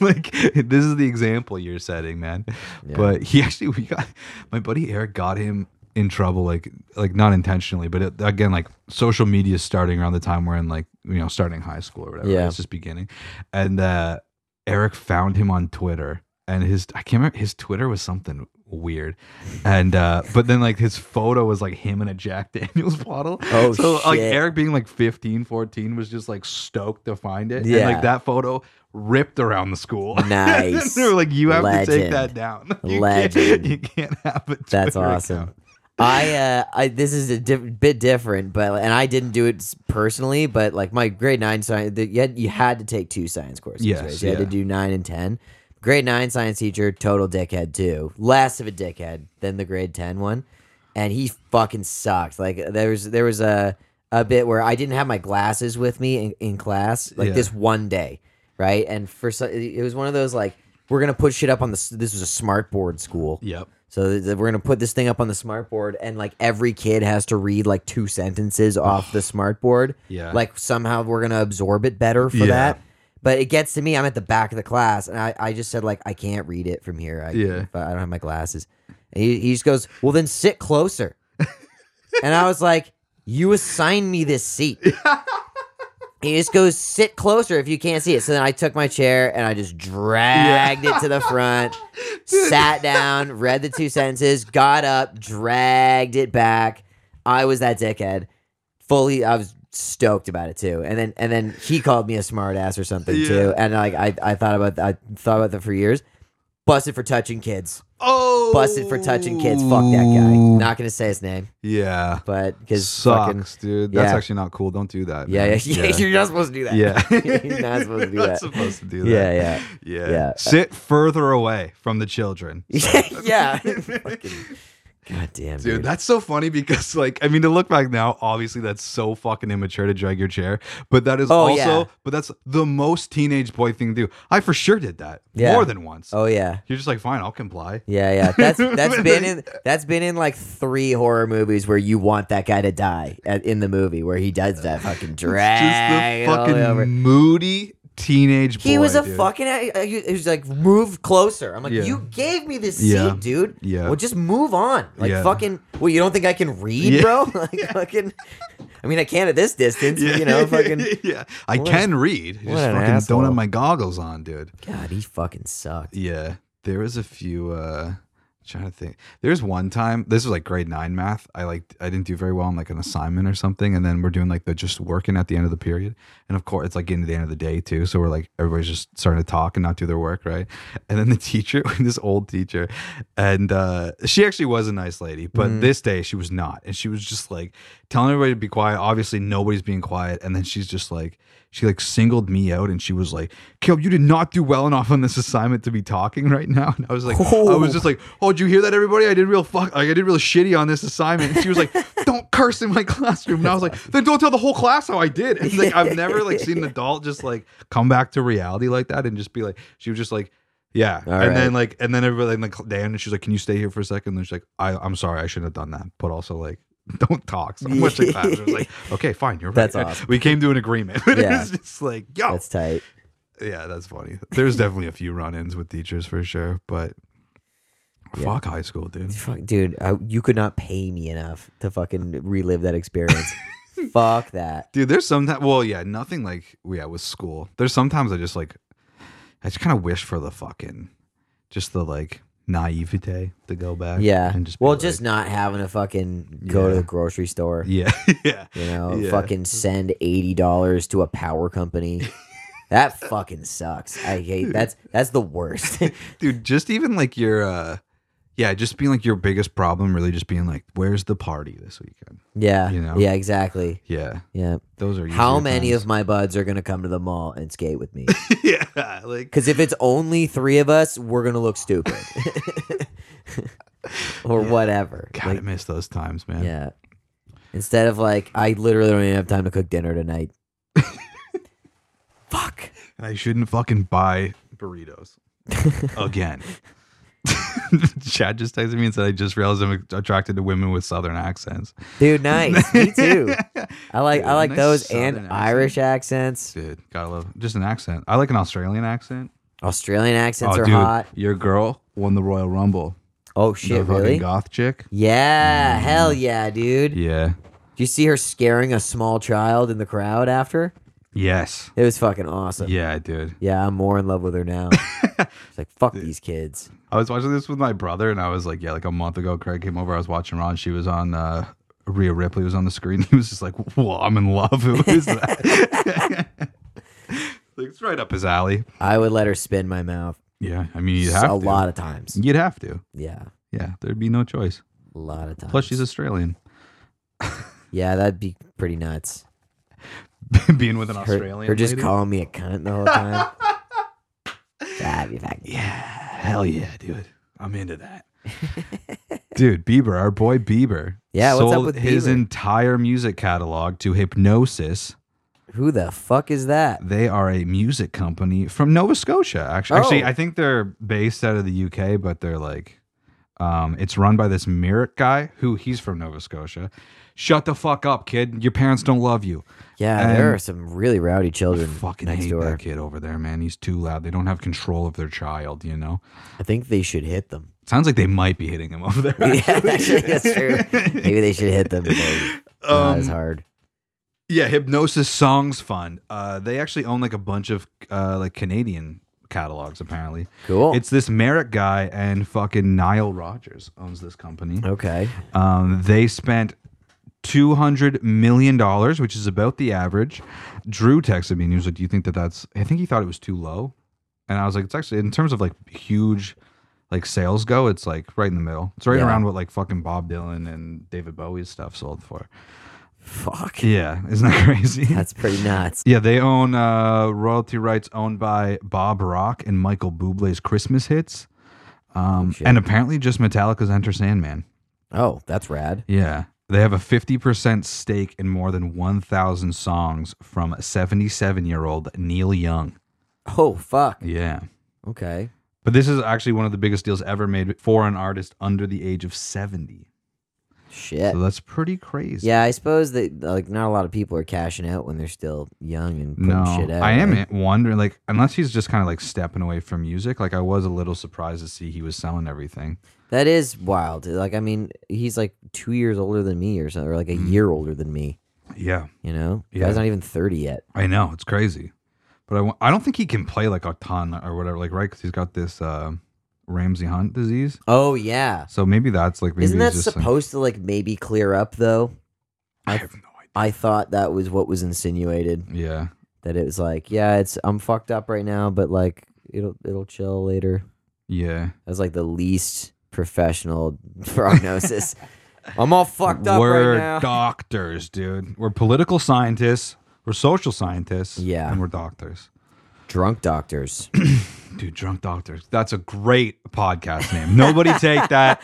S2: like this is the example you're setting, man. But he actually, we got my buddy Eric got him in trouble, like like not intentionally, but it, again, like social media starting around the time we're in like you know starting high school or whatever.
S1: Yeah.
S2: it's just beginning, and. uh Eric found him on Twitter, and his I can't remember his Twitter was something weird, and uh but then like his photo was like him in a Jack Daniels bottle.
S1: Oh,
S2: so like
S1: shit.
S2: Eric being like 15, 14 was just like stoked to find it, and
S1: Yeah.
S2: like that photo ripped around the school. And
S1: Nice.
S2: they were like, "You have to
S1: Legend.
S2: take that down. You
S1: Legend.
S2: Can't, you can't have it."
S1: That's awesome. I uh, I this is a diff- bit different, but and I didn't do it s- personally, but like my grade nine science, the, you, had, you had to take two science courses.
S2: Yes,
S1: right? So you had
S2: yeah.
S1: to do nine and ten. Grade nine science teacher, total dickhead too, less of a dickhead than the grade ten one, and he fucking sucked. Like there was there was a a bit where I didn't have my glasses with me in, in class, like
S2: Yeah.
S1: this one day, right? And for so, it was one of those like we're gonna put shit up on the s- this was a smart board school,
S2: Yep.
S1: so th- th- we're gonna put this thing up on the smart board, and like every kid has to read like two sentences off the smart board.
S2: Yeah.
S1: Like somehow we're gonna absorb it better for
S2: Yeah.
S1: that. But it gets to me. I'm at the back of the class, and I, I just said like I can't read it from here. I,
S2: Yeah.
S1: But I don't have my glasses. And he, he just goes, well then sit closer. and I was like, you assigned me this seat. He just goes, sit closer if you can't see it. So then I took my chair and I just dragged it to the front, sat down, read the two sentences, got up, dragged it back. I was that dickhead. Fully, I was stoked about it too. And then, and then he called me a smartass or something too. And like, I, I thought about, I thought about that for years. Busted for touching kids.
S2: Oh,
S1: Busted for touching kids. Fuck that guy. Not gonna say his name,
S2: Yeah.
S1: but because fucking
S2: Sucks, dude. That's
S1: yeah.
S2: actually not cool. Don't do that.
S1: yeah, yeah,
S2: man.
S1: yeah, You're not supposed to do that.
S2: Yeah.
S1: you're not supposed to do
S2: Not
S1: that.
S2: supposed to do that.
S1: Yeah, yeah.
S2: Yeah.
S1: Yeah.
S2: Sit further away from the children.
S1: yeah. Fucking, God damn,
S2: Dude,
S1: dude.
S2: that's so funny because, like, I mean, to look back now, obviously that's so fucking immature to drag your chair, but that is
S1: Oh,
S2: also,
S1: yeah.
S2: but that's the most teenage boy thing to do. I for sure did that
S1: Yeah.
S2: more than once.
S1: oh yeah.
S2: You're just like, fine, I'll comply.
S1: Yeah, yeah. That's that's been in that's been in like three horror movies where you want that guy to die at, in the movie where he does that fucking drag.
S2: just the
S1: it all the
S2: fucking
S1: way over.
S2: moody teenage boy.
S1: He was a
S2: dude.
S1: fucking. uh, He he was like, move closer. I'm like,
S2: Yeah.
S1: you gave me this
S2: Yeah.
S1: seat, dude.
S2: Yeah.
S1: Well, just move on. Like,
S2: Yeah.
S1: fucking. Well, you don't think I can read,
S2: Yeah.
S1: bro? Like, fucking. I mean, I can at this distance. but, You know, fucking.
S2: yeah. I
S1: What a-
S2: can read. I
S1: what
S2: just
S1: an
S2: fucking
S1: asshole.
S2: don't have my goggles on, dude.
S1: God, he fucking sucked.
S2: Yeah, there was a few. uh Trying to think, there's one time. This was like grade nine math. I like I didn't do very well on like an assignment or something, and then we're doing like the just working at the end of the period, and of course it's like getting to the end of the day too. So we're like everybody's just starting to talk and not do their work, right? And then the teacher, this old teacher, and uh she actually was a nice lady, but this day she was not, and she was just like telling everybody to be quiet. Obviously nobody's being quiet, and then she's just like she like singled me out and she was like, Caleb, you did not do well enough on this assignment to be talking right now. And I was like, I was just like, oh, did you hear that, everybody? I did real fuck. Like, I did real shitty on this assignment." And she was like, "Don't curse in my classroom." And I was like, "Then don't tell the whole class how I did." And like, I've never like seen an adult just like come back to reality like that and just be like, she was just like. Yeah,
S1: All
S2: and then
S1: right.
S2: like, and then everybody in the cl- Dan and she's like, "Can you stay here for a second? And she's like, I, "I'm sorry, I shouldn't have done that," but also like, "Don't talk so much." Like that. I was like, "Okay, fine, you're right."
S1: That's awesome.
S2: We came to an agreement. But it
S1: Yeah.
S2: was just like, "Yo,
S1: That's tight.
S2: yeah, that's funny. There's definitely a few run-ins with teachers for sure, but fuck high school, dude.
S1: Fuck, dude, I, you could not pay me enough to fucking relive that experience. Fuck that.
S2: Dude, there's sometimes. Well, yeah, nothing like yeah with school. There's sometimes I just like, I just kind of wish for the fucking, just the like naivete to go back.
S1: Yeah.
S2: and just be
S1: well,
S2: like-
S1: just not having to fucking go to
S2: Yeah.
S1: the grocery store.
S2: yeah, yeah,
S1: You know,
S2: Yeah.
S1: fucking send eighty dollars to a power company. that fucking sucks. I hate that's that's the worst.
S2: dude. Just even like your, uh yeah, just being like your biggest problem. Really, just being like, where's the party this weekend?
S1: yeah.
S2: You know?
S1: Yeah, exactly.
S2: Yeah,
S1: Yeah.
S2: those are
S1: How
S2: easier
S1: many
S2: times.
S1: of my buds are gonna come to the mall and skate with me?
S2: yeah, like
S1: Because if it's only three of us, we're gonna look stupid. or whatever.
S2: God,
S1: Like,
S2: I miss those times, man.
S1: yeah. Instead of like, I literally don't even have time to cook dinner tonight. Fuck.
S2: And I shouldn't fucking buy burritos again. Chad just texted me and said, I just realized I'm attracted to women with southern accents.
S1: Dude, nice. me too. I like
S2: Dude,
S1: I like
S2: nice
S1: those
S2: southern
S1: and
S2: accent.
S1: Irish accents.
S2: Dude, gotta love just an accent. I like an Australian accent.
S1: Australian accents
S2: oh,
S1: are
S2: dude,
S1: hot.
S2: your girl won the Royal Rumble.
S1: Oh
S2: The
S1: shit,
S2: fucking
S1: really?
S2: goth chick.
S1: Yeah, hell yeah, dude. Do
S2: Yeah.
S1: you see her scaring a small child in the crowd after?
S2: Yes.
S1: It was fucking awesome.
S2: Yeah, dude.
S1: Yeah, I'm more in love with her now. it's like fuck these kids.
S2: I was watching this with my brother, and I was like, yeah, like a month ago, Craig came over. I was watching Ron. She was on uh, Rhea Ripley was on the screen. He was just like, "Whoa, I'm in love." Who is that? like it's right up his alley.
S1: I would let her spin my mouth
S2: Yeah, I mean, you'd
S1: a
S2: have to. Mm.
S1: lot of times.
S2: You'd have to.
S1: Yeah,
S2: Yeah, there'd be no choice.
S1: a lot of times.
S2: Plus, she's Australian.
S1: yeah, that'd be pretty nuts.
S2: Being with an
S1: Her,
S2: Australian,
S1: her just
S2: lady?
S1: calling me a cunt the whole time. That'd be fucking
S2: Hell yeah, dude. I'm into that. dude, Bieber, our boy Bieber.
S1: Yeah, what's up
S2: sold
S1: with
S2: his
S1: Bieber?
S2: entire music catalog to Hypnosis.
S1: Who the fuck is that?
S2: They are a music company from Nova Scotia. Actually, actually,
S1: Oh.
S2: I think they're based out of the UK, but they're like, um, it's run by this Merrick guy who he's from Nova Scotia. Shut the fuck up, kid. Your parents don't love you.
S1: Yeah, there
S2: And-
S1: are some really rowdy children
S2: Fucking
S1: next
S2: hate
S1: door.
S2: that kid over there, man. He's too loud. They don't have control of their child. You know.
S1: I think they should hit them.
S2: Sounds like they might be hitting him over there.
S1: yeah, actually, that's true. Maybe they should hit them. but they're not as
S2: Um,
S1: hard.
S2: Yeah, Hypnosis Songs Fund. Uh, they actually own like a bunch of uh, like Canadian catalogs. Apparently,
S1: Cool.
S2: it's this Merrick guy and fucking Nile Rogers owns this company.
S1: okay.
S2: Um, they spent two hundred million dollars, which is about the average. Drew texted me and he was like, "Do you think that that's?" I think he thought it was too low, and I was like, "It's actually in terms of like huge." Like sales go, it's like right in the middle. It's right
S1: Yeah.
S2: around what like fucking Bob Dylan and David Bowie's stuff sold for.
S1: Fuck.
S2: Yeah, isn't that crazy?
S1: That's pretty nuts.
S2: Yeah, they own uh, royalty rights owned by Bob Rock and Michael Bublé's Christmas hits, um,
S1: shit.
S2: and apparently just Metallica's Enter Sandman.
S1: Oh, that's rad.
S2: Yeah, they have a fifty percent stake in more than one thousand songs from seventy-seven-year-old Neil Young.
S1: Oh, fuck.
S2: Yeah,
S1: Okay.
S2: but this is actually one of the biggest deals ever made for an artist under the age of seventy.
S1: Shit.
S2: So that's pretty crazy.
S1: Yeah, I suppose that like not a lot of people are cashing out when they're still young and putting
S2: No,
S1: shit out.
S2: I am
S1: right?
S2: wondering, like, unless he's just kind of like stepping away from music. Like, I was a little surprised to see he was selling everything.
S1: That is wild. Like, I mean, he's like two years older than me or something, or like a year older than me.
S2: Yeah,
S1: You know,
S2: Mm. Yeah.
S1: guy's not even thirty yet.
S2: I know it's crazy, but I, wa- I don't think he can play like a ton or whatever, like right because he's got this uh, Ramsey Hunt disease.
S1: Oh yeah.
S2: So maybe that's like maybe
S1: Isn't that
S2: he's just, like-
S1: supposed to like maybe clear up though?
S2: I have no idea.
S1: I thought that was what was insinuated.
S2: Yeah,
S1: That it was like, yeah, it's I'm fucked up right now, but like it'll it'll chill later.
S2: yeah.
S1: That's like the least professional prognosis. I'm all fucked up
S2: we're
S1: right now.
S2: doctors, dude. We're political scientists. We're social scientists.
S1: Yeah.
S2: and we're doctors.
S1: Drunk Doctors.
S2: Dude, Drunk Doctors. That's a great podcast name. Nobody take that.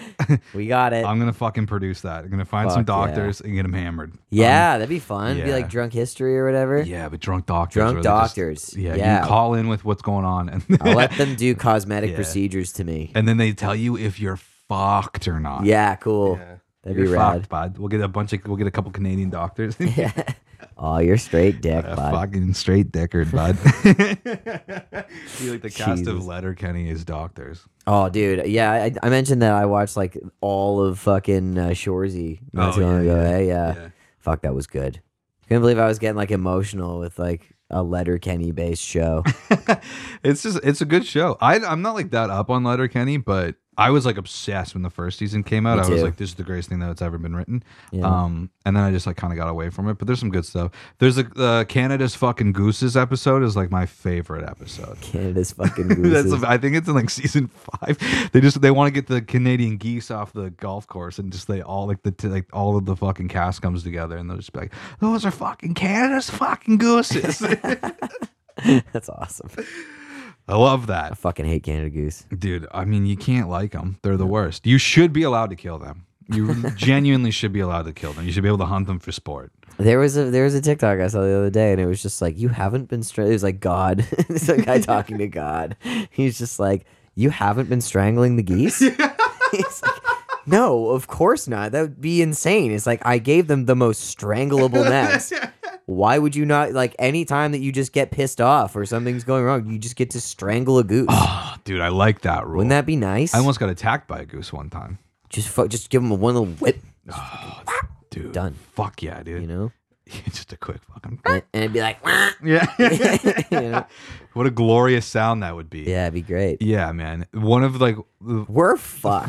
S1: we got it.
S2: I'm going to fucking produce that. I'm going to find some
S1: Fuck yeah.
S2: doctors and get them hammered.
S1: yeah, that'd be fun. Be
S2: yeah.
S1: like Drunk History or whatever.
S2: Yeah, but Drunk Doctors.
S1: Drunk
S2: where they just-
S1: doctors.
S2: yeah,
S1: Yeah.
S2: you call in with what's going on and
S1: I'll let them do cosmetic
S2: Yeah.
S1: procedures to me.
S2: and then they tell you if you're fucked or not.
S1: Yeah, cool. That'd
S2: You're
S1: be rad.
S2: fucked, bud. We'll get a bunch of we'll get a couple Canadian doctors.
S1: Oh, you're straight dick,
S2: A
S1: bud.
S2: fucking straight dickard, bud. Be like the cast of
S1: Jesus.
S2: Letterkenny is doctors.
S1: Oh, dude. Yeah, I, I mentioned that I watched like all of fucking uh, Shorzy not
S2: Oh,
S1: too long
S2: yeah,
S1: ago.
S2: yeah,
S1: eh? yeah.
S2: yeah.
S1: Fuck, that was good. Couldn't believe I was getting like emotional with like a letter Kenny based show.
S2: It's just it's a good show. I I'm not like that up on Letterkenny, but I was like obsessed when the first season came out.
S1: Me
S2: I was
S1: too.
S2: like, this is the greatest thing that's ever been written.
S1: Yeah.
S2: Um, and then I just like kind of got away from it. But there's some good stuff. There's a uh, Canada's fucking gooses episode is like my favorite episode.
S1: Canada's fucking
S2: That's
S1: gooses.
S2: I think it's in like season five. They just they want to get the Canadian geese off the golf course and just they all like the t- like all of the fucking cast comes together and they'll just be like, those are fucking Canada's fucking gooses.
S1: That's awesome.
S2: I love
S1: I
S2: that,
S1: fucking hate Canada Goose.
S2: dude. I mean, you can't like them. They're the worst. You should be allowed to kill them. You genuinely should be allowed to kill them. You should be able to hunt them for sport.
S1: There was a there was a TikTok I saw the other day, and it was just like, "You haven't been strangling." It was like God. it's a guy talking to God. He's just like, "You haven't been strangling the geese." He's like, no, of course not. That would be insane. It's like I gave them the most strangleable necks. Why would you not like any time that you just get pissed off or something's going wrong, you just get to strangle a goose?
S2: Oh, dude, I like that rule.
S1: Wouldn't that be nice?
S2: I almost got attacked by a goose one time.
S1: just fu- just give them a one little whip,
S2: Dude,
S1: Done.
S2: Fuck yeah, dude.
S1: you know,
S2: just a quick fucking.
S1: and, and it'd be like,
S2: Yeah.
S1: you know?
S2: What a glorious sound that would be.
S1: yeah, it'd be great.
S2: Yeah, man. One of like the
S1: We're fucked.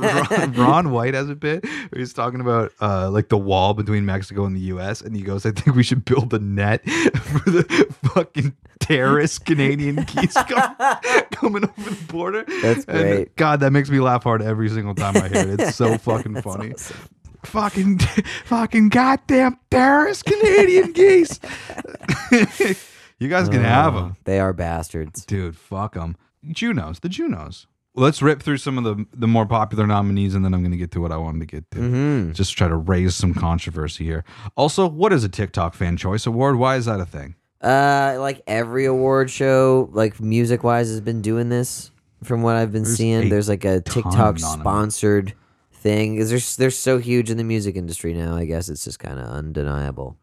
S2: Ron, Ron White has a bit where he's talking about uh, like the wall between Mexico and the U.S. and he goes, "I think we should build a net for the fucking terrorist Canadian geese come, coming over the border."
S1: That's
S2: And, uh,
S1: great.
S2: God, that makes me laugh hard every single time I hear it. It's so fucking funny. Fucking, fucking goddamn terrorist Canadian geese. you guys can have 'em. have them.
S1: Oh, They are bastards.
S2: Dude, fuck them. Junos, the Junos. Let's rip through some of the the more popular nominees, and then I'm going to get to what I wanted to get to. Just to try to raise some controversy here. Also, what is a TikTok Fan Choice Award? Why is that a thing?
S1: Uh, like every award show, like music wise, has been doing this. From what I've been
S2: a
S1: seeing, there's like a
S2: ton
S1: TikTok
S2: on 'em.
S1: sponsored thing. Because they're s- they're so huge in the music industry now. I guess it's just kind of undeniable,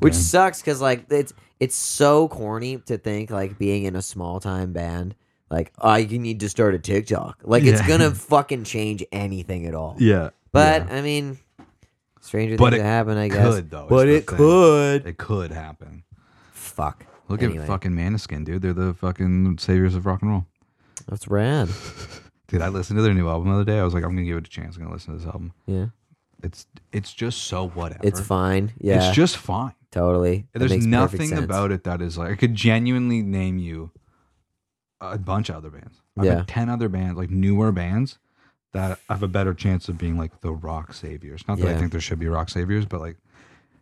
S1: which sucks. Because like it's it's so corny to think like being in a small time band. Like I you need to start a TikTok. Like it's
S2: Yeah.
S1: gonna fucking change anything at all.
S2: Yeah,
S1: But uh, I mean, stranger
S2: But
S1: things
S2: it
S1: happen. I guess.
S2: could, though, is
S1: But
S2: the
S1: it
S2: thing.
S1: could.
S2: it could happen.
S1: Fuck.
S2: Look
S1: Anyway.
S2: at fucking Maniskin, dude. They're the fucking saviors of rock and roll.
S1: That's rad.
S2: Dude, I listened to their new album the other day. I was like, I'm gonna give it a chance. I'm gonna listen to this album.
S1: Yeah.
S2: It's it's just so whatever.
S1: It's fine. Yeah.
S2: It's just fine.
S1: totally. That
S2: There's
S1: makes perfect
S2: nothing
S1: sense.
S2: about it that is like I could genuinely name you a bunch of other bands. I
S1: Yeah.
S2: have ten other bands, like newer bands, that have a better chance of being like the rock saviors. Not that I
S1: Yeah.
S2: think there should be rock saviors, but like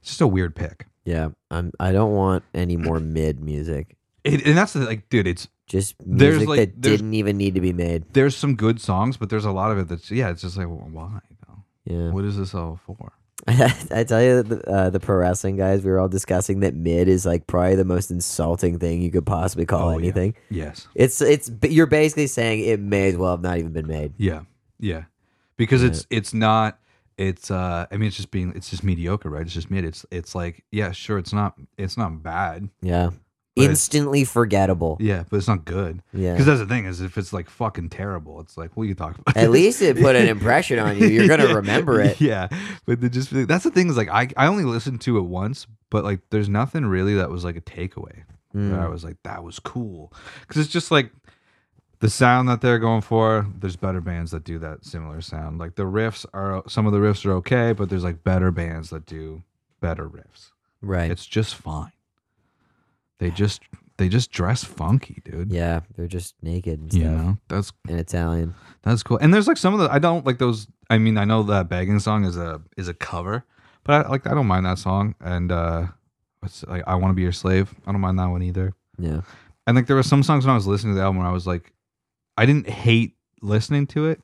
S2: it's just a weird pick.
S1: Yeah. I'm I don't want any more mid music.
S2: It, and that's the, like, dude, it's
S1: Just
S2: There's,
S1: music
S2: like-
S1: that
S2: there's-
S1: didn't even need to be made.
S2: there's some good songs, but there's a lot of it that's yeah, it's just like well, why though?
S1: Yeah.
S2: What is this all for?
S1: I tell you, the, uh, the pro wrestling guys, we were all discussing that mid is like probably the most insulting thing you could possibly call
S2: Oh, yeah.
S1: anything.
S2: Yes.
S1: It's it's b- you're basically saying it may as well have not even been made.
S2: Yeah. Yeah. Because it's it's not it's uh I mean it's just being it's just mediocre, right? It's just mid. It's it's like, yeah, sure, it's not it's not bad.
S1: Yeah.
S2: But it's-
S1: Instantly forgettable.
S2: Yeah, but it's not good.
S1: Yeah.
S2: Because that's the thing is, if it's like fucking terrible, it's like, what are you talking about?
S1: At least it put an impression on you. You're gonna
S2: Yeah.
S1: remember it.
S2: Yeah, but the, just that's the thing is like I I only listened to it once, but like there's nothing really that was like a takeaway. Where
S1: Mm.
S2: I was like, that was cool, because it's just like the sound that they're going for. There's better bands that do that similar sound. Like the riffs are some of the riffs are okay, but there's like better bands that do better riffs.
S1: Right.
S2: It's just fine. They just they just dress funky, dude.
S1: yeah. They're just naked and stuff.
S2: You know, that's
S1: In Italian.
S2: that's cool. And there's like some of the I don't like those. I mean, I know that begging song is a is a cover, but I like I don't mind that song. And uh, what's like I want to be your slave. I don't mind that one either.
S1: Yeah.
S2: And like there were some songs when I was listening to the album where I was like, I didn't hate listening to it,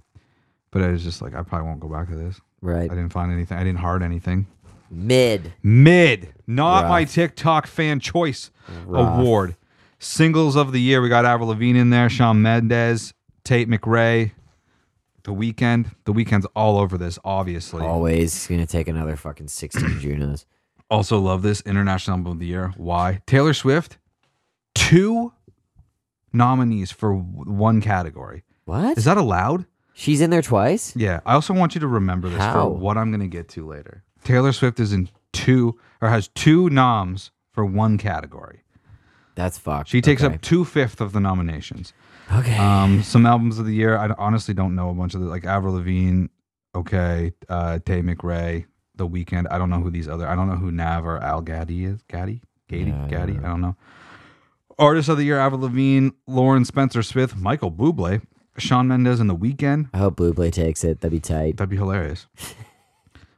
S2: but I was just like, I probably won't go back to this.
S1: Right.
S2: I didn't find anything. I didn't hard anything.
S1: Mid.
S2: Mid, not my
S1: Rough.
S2: TikTok fan choice
S1: Rough.
S2: award. Singles of the year, we got Avril Lavigne in there, Shawn Mendes, Tate McRae, The Weekend. The Weekend's all over this, obviously.
S1: Always gonna take another fucking sixteen Junos.
S2: Also love this international album of the year. Why? Taylor Swift, two nominees for w- one category.
S1: What?
S2: Is that allowed?
S1: She's in there twice.
S2: Yeah. I also want you to remember this
S1: How?
S2: for what I'm going to get to later. Taylor Swift is in two or has two noms for one category.
S1: That's fucked.
S2: She takes
S1: okay.
S2: up two fifth of the nominations.
S1: Okay.
S2: Um, some albums of the year. I honestly don't know a bunch of the like Avril Lavigne. Okay, uh, Tay McRae, The Weekend. I don't know who these other. I don't know who Nav or Al Gaddy is. Gaddy, Gaddy,
S1: Yeah, I
S2: Gaddy.
S1: don't
S2: I don't know. Artist of the year: Avril Lavigne, Lauren Spencer Smith, Michael Bublé, Sean Mendes, and The Weekend.
S1: I hope Blue Play takes it. That'd be tight.
S2: That'd be hilarious.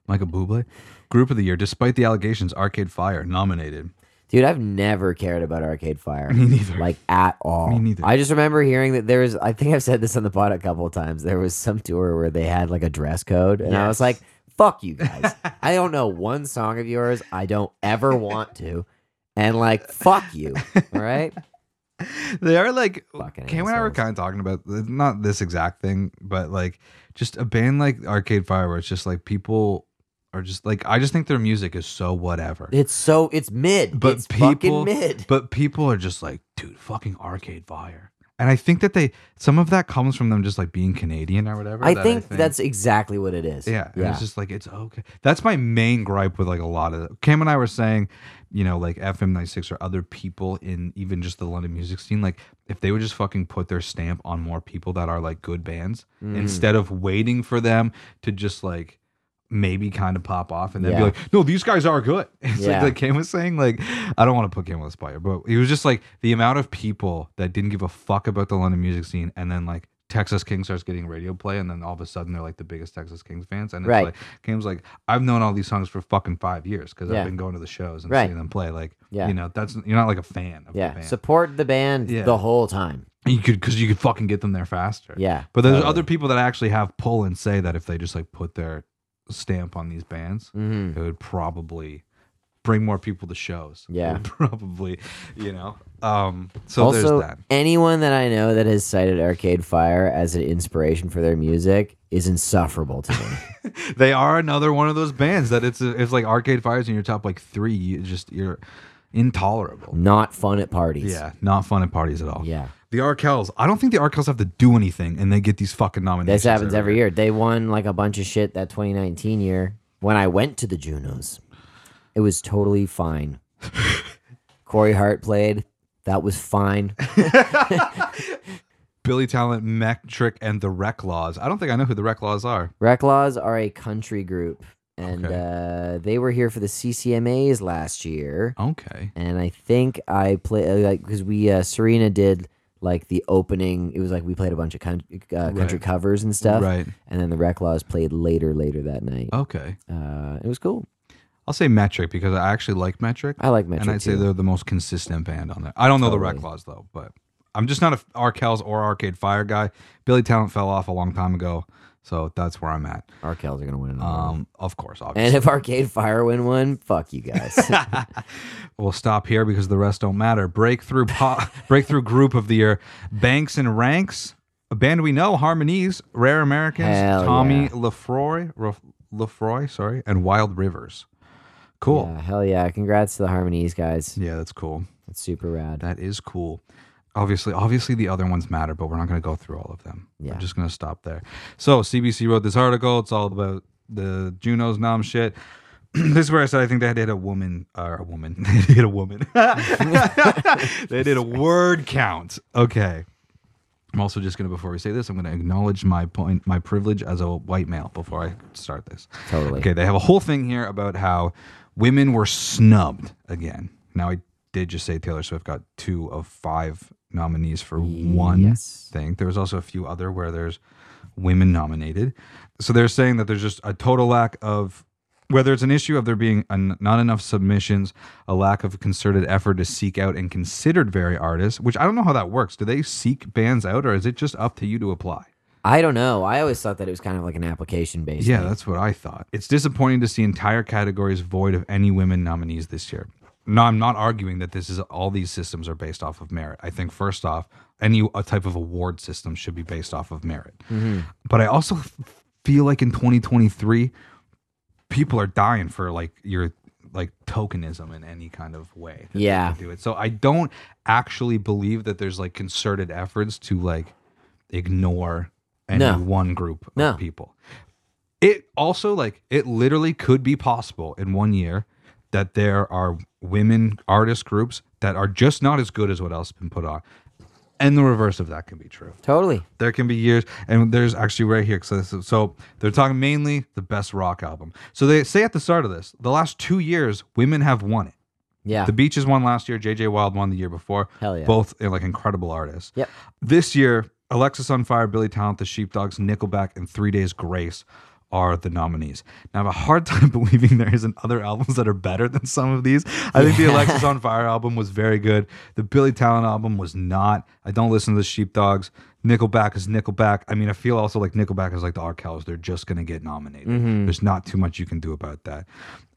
S2: Michael Bublé. Group of the year: Despite the allegations, Arcade Fire nominated.
S1: Dude, I've never cared about Arcade Fire.
S2: Me neither.
S1: Like at all.
S2: Me neither.
S1: I just remember hearing that there was I think I've said this on the pod a couple of times. There was some tour where they had like a dress code and I was
S2: Yes.
S1: like, fuck you guys. I don't know one song of yours. I don't ever want to. And like, fuck you. All right.
S2: they are like
S1: Fucking
S2: Cam and I were
S1: assholes.
S2: kind of talking about not this exact thing, but like just a band like Arcade Fire, where it's just like people are just like I just think their music is so whatever.
S1: It's so it's mid.
S2: but
S1: it's
S2: people,
S1: fucking mid.
S2: but people are just like, dude, fucking Arcade Fire, and I think that they some of that comes from them just like being Canadian or whatever.
S1: I
S2: that
S1: think that's exactly what it is.
S2: yeah, and
S1: Yeah.
S2: it's just like it's okay. That's my main gripe with like a lot of Cam and I were saying, you know, like FM96 or other people in even just the London music scene, like if they would just fucking put their stamp on more people that are like good bands
S1: Mm. Mm-hmm.
S2: instead of waiting for them to just like maybe kind of pop off and then be
S1: Yeah.
S2: like, no, these guys are good. It's
S1: Yeah.
S2: like like Cam was saying, like I don't want to put Cam on the spot, here, but it was just like the amount of people that didn't give a fuck about the London music scene, and then like Texas King starts getting radio play, and then all of a sudden they're like the biggest Texas Kings fans, and it's
S1: Right.
S2: like Cam's like I've known all these songs for fucking five years because
S1: Yeah.
S2: I've been going to the shows and
S1: Right.
S2: seeing them play. Like
S1: Yeah.
S2: you know that's you're not like a fan of the
S1: Yeah.
S2: band.
S1: Support the band
S2: Yeah.
S1: the whole time.
S2: you could because you could fucking get them there faster.
S1: Yeah,
S2: but there's
S1: totally.
S2: other people that actually have pull and say that if they just like put their stamp on these bands,
S1: Mhm.
S2: it would probably bring more people to shows. It
S1: Yeah.
S2: would probably, you know. Um, so
S1: also,
S2: there's that.
S1: anyone that I know that has cited Arcade Fire as an inspiration for their music is insufferable to me.
S2: They are another one of those bands that it's it's like Arcade Fire's in your top like three. You just you're intolerable.
S1: Not fun at parties.
S2: Yeah, not fun at parties at all.
S1: Yeah.
S2: The Arkells. I don't think the Arkells have to do anything, and they get these fucking nominations.
S1: This happens every year. They won like a bunch of shit that 2019 year when I went to the Junos. It was totally fine. Corey Hart played. That was fine.
S2: Billy Talent, Metric, and the Rec Laws. I don't think I know who the Rec Laws are.
S1: Reclaws are a country group, and uh, they were here for the CCMAs last year.
S2: Okay.
S1: and I think I play uh, like because we uh, Serena did like the opening. It was like we played a bunch of country, uh, country
S2: Right.
S1: covers and stuff,
S2: Right. Oh.
S1: And then the Rec Laws played later, later that night.
S2: Okay.
S1: Uh, it was cool.
S2: I'll say Metric because I actually like Metric.
S1: I like Metro
S2: and I'd say
S1: too.
S2: they're the most consistent band on there. I don't know the Rec
S1: Totally.
S2: Laws though, but I'm just not a Arkells or Arcade Fire guy. Billy Talent fell off a long time ago, so that's where I'm at.
S1: Arkells are gonna win. another one.
S2: Um, of course,
S1: and
S2: obviously,
S1: if Arcade Fire win one, fuck you guys.
S2: we'll stop here because the rest don't matter. Breakthrough po- breakthrough group of the year: Banks and Ranks, a band we know, Harmonies, Rare Americans,
S1: Hell
S2: Tommy
S1: yeah.
S2: Lefroy, Ref- Lefroy, sorry, and Wild Rivers. Cool.
S1: Yeah, Uh, hell yeah! Congrats to the Harmonies guys.
S2: yeah that's cool.
S1: That's super rad.
S2: That is cool. Obviously, obviously the other ones matter, but we're not going to go through all of them.
S1: Yeah.
S2: I'm just going to stop there. So CBC wrote this article. It's all about the Junos nom shit. this is where I said I think they had to hit a woman or a woman. they had to hit a woman. they did a word count. Okay. I'm also just gonna before we say this, I'm gonna acknowledge my point, my privilege as a white male before I start this.
S1: Totally.
S2: Okay, they have a whole thing here about how women were snubbed again. Now I did just say Taylor Swift got two of five nominees for one
S1: Yes.
S2: thing. There was also a few other where there's women nominated. So they're saying that there's just a total lack of Whether it's an issue of there being an, not enough submissions, a lack of concerted effort to seek out and considered very artists, which I don't know how that works. Do they seek bands out, or is it just up to you to apply?
S1: I don't know. I always thought that it was kind of like an application based.
S2: Yeah, that's what I thought. It's disappointing to see entire categories void of any women nominees this year. No, I'm not arguing that this is all these systems are based off of merit. I think first off, any a type of award system should be based off of merit. But I also f- feel like in 2023, people are dying for like your like tokenism in any kind of way. that they
S1: Yeah.
S2: can do it. So I don't actually believe that there's like concerted efforts to like ignore any
S1: No.
S2: one group of
S1: No.
S2: people. It also like it literally could be possible in one year that there are women artist groups that are just not as good as what else has been put on. And the reverse of that can be true.
S1: Totally.
S2: There can be years, and there's actually right here. So, this is- so they're talking mainly the best rock album. So they say at the start of this, the last two years, women have won it.
S1: Yeah.
S2: The Beaches won last year. JJ Wild won the year before.
S1: Hell yeah.
S2: Both uh, like incredible artists.
S1: Yep.
S2: This year, Alexis on Fire, Billy Talent, The Sheepdogs, Nickelback, and Three Days Grace are the nominees. Now I have a hard time believing there isn't other albums that are better than some of these. I think the Alexis on Fire album was very good. The Billy Talent album was not. I don't listen to the Sheepdogs. Nickelback is Nickelback. I mean, I feel also like Nickelback is like the R. Kelly's. They're just gonna get nominated. There's not too much you can do about that.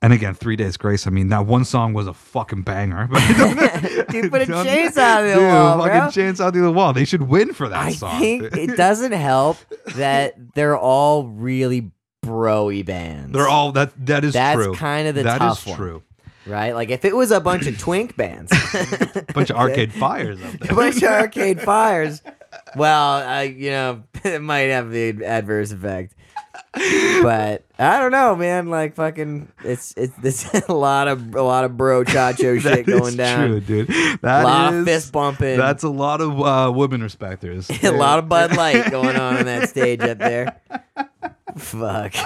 S2: And again, Three Days Grace. I mean, that one song was a fucking banger. But I don't
S1: Dude, put a
S2: Don't-
S1: chainsaw in the
S2: Dude,
S1: wall,
S2: fucking
S1: bro.
S2: chainsaw through the wall. They should win for that
S1: I
S2: song.
S1: think it doesn't help that they're all really broy bands.
S2: They're all that. That is
S1: That's
S2: true.
S1: kinda the
S2: That is
S1: tough one.
S2: true.
S1: right. Like if it was a bunch of twink bands, a
S2: Bunch of arcade fires up there.
S1: bunch of arcade fires. Well, I you know it might have the adverse effect. But I don't know, man. Like fucking, it's it's this a lot of a lot of bro chacho
S2: That
S1: shit
S2: is
S1: going down.
S2: true, dude. That
S1: Lot of
S2: is-
S1: fist bumping.
S2: That's a lot of uh, women respecters.
S1: a lot of Bud Light going on on that stage up there. Fuck.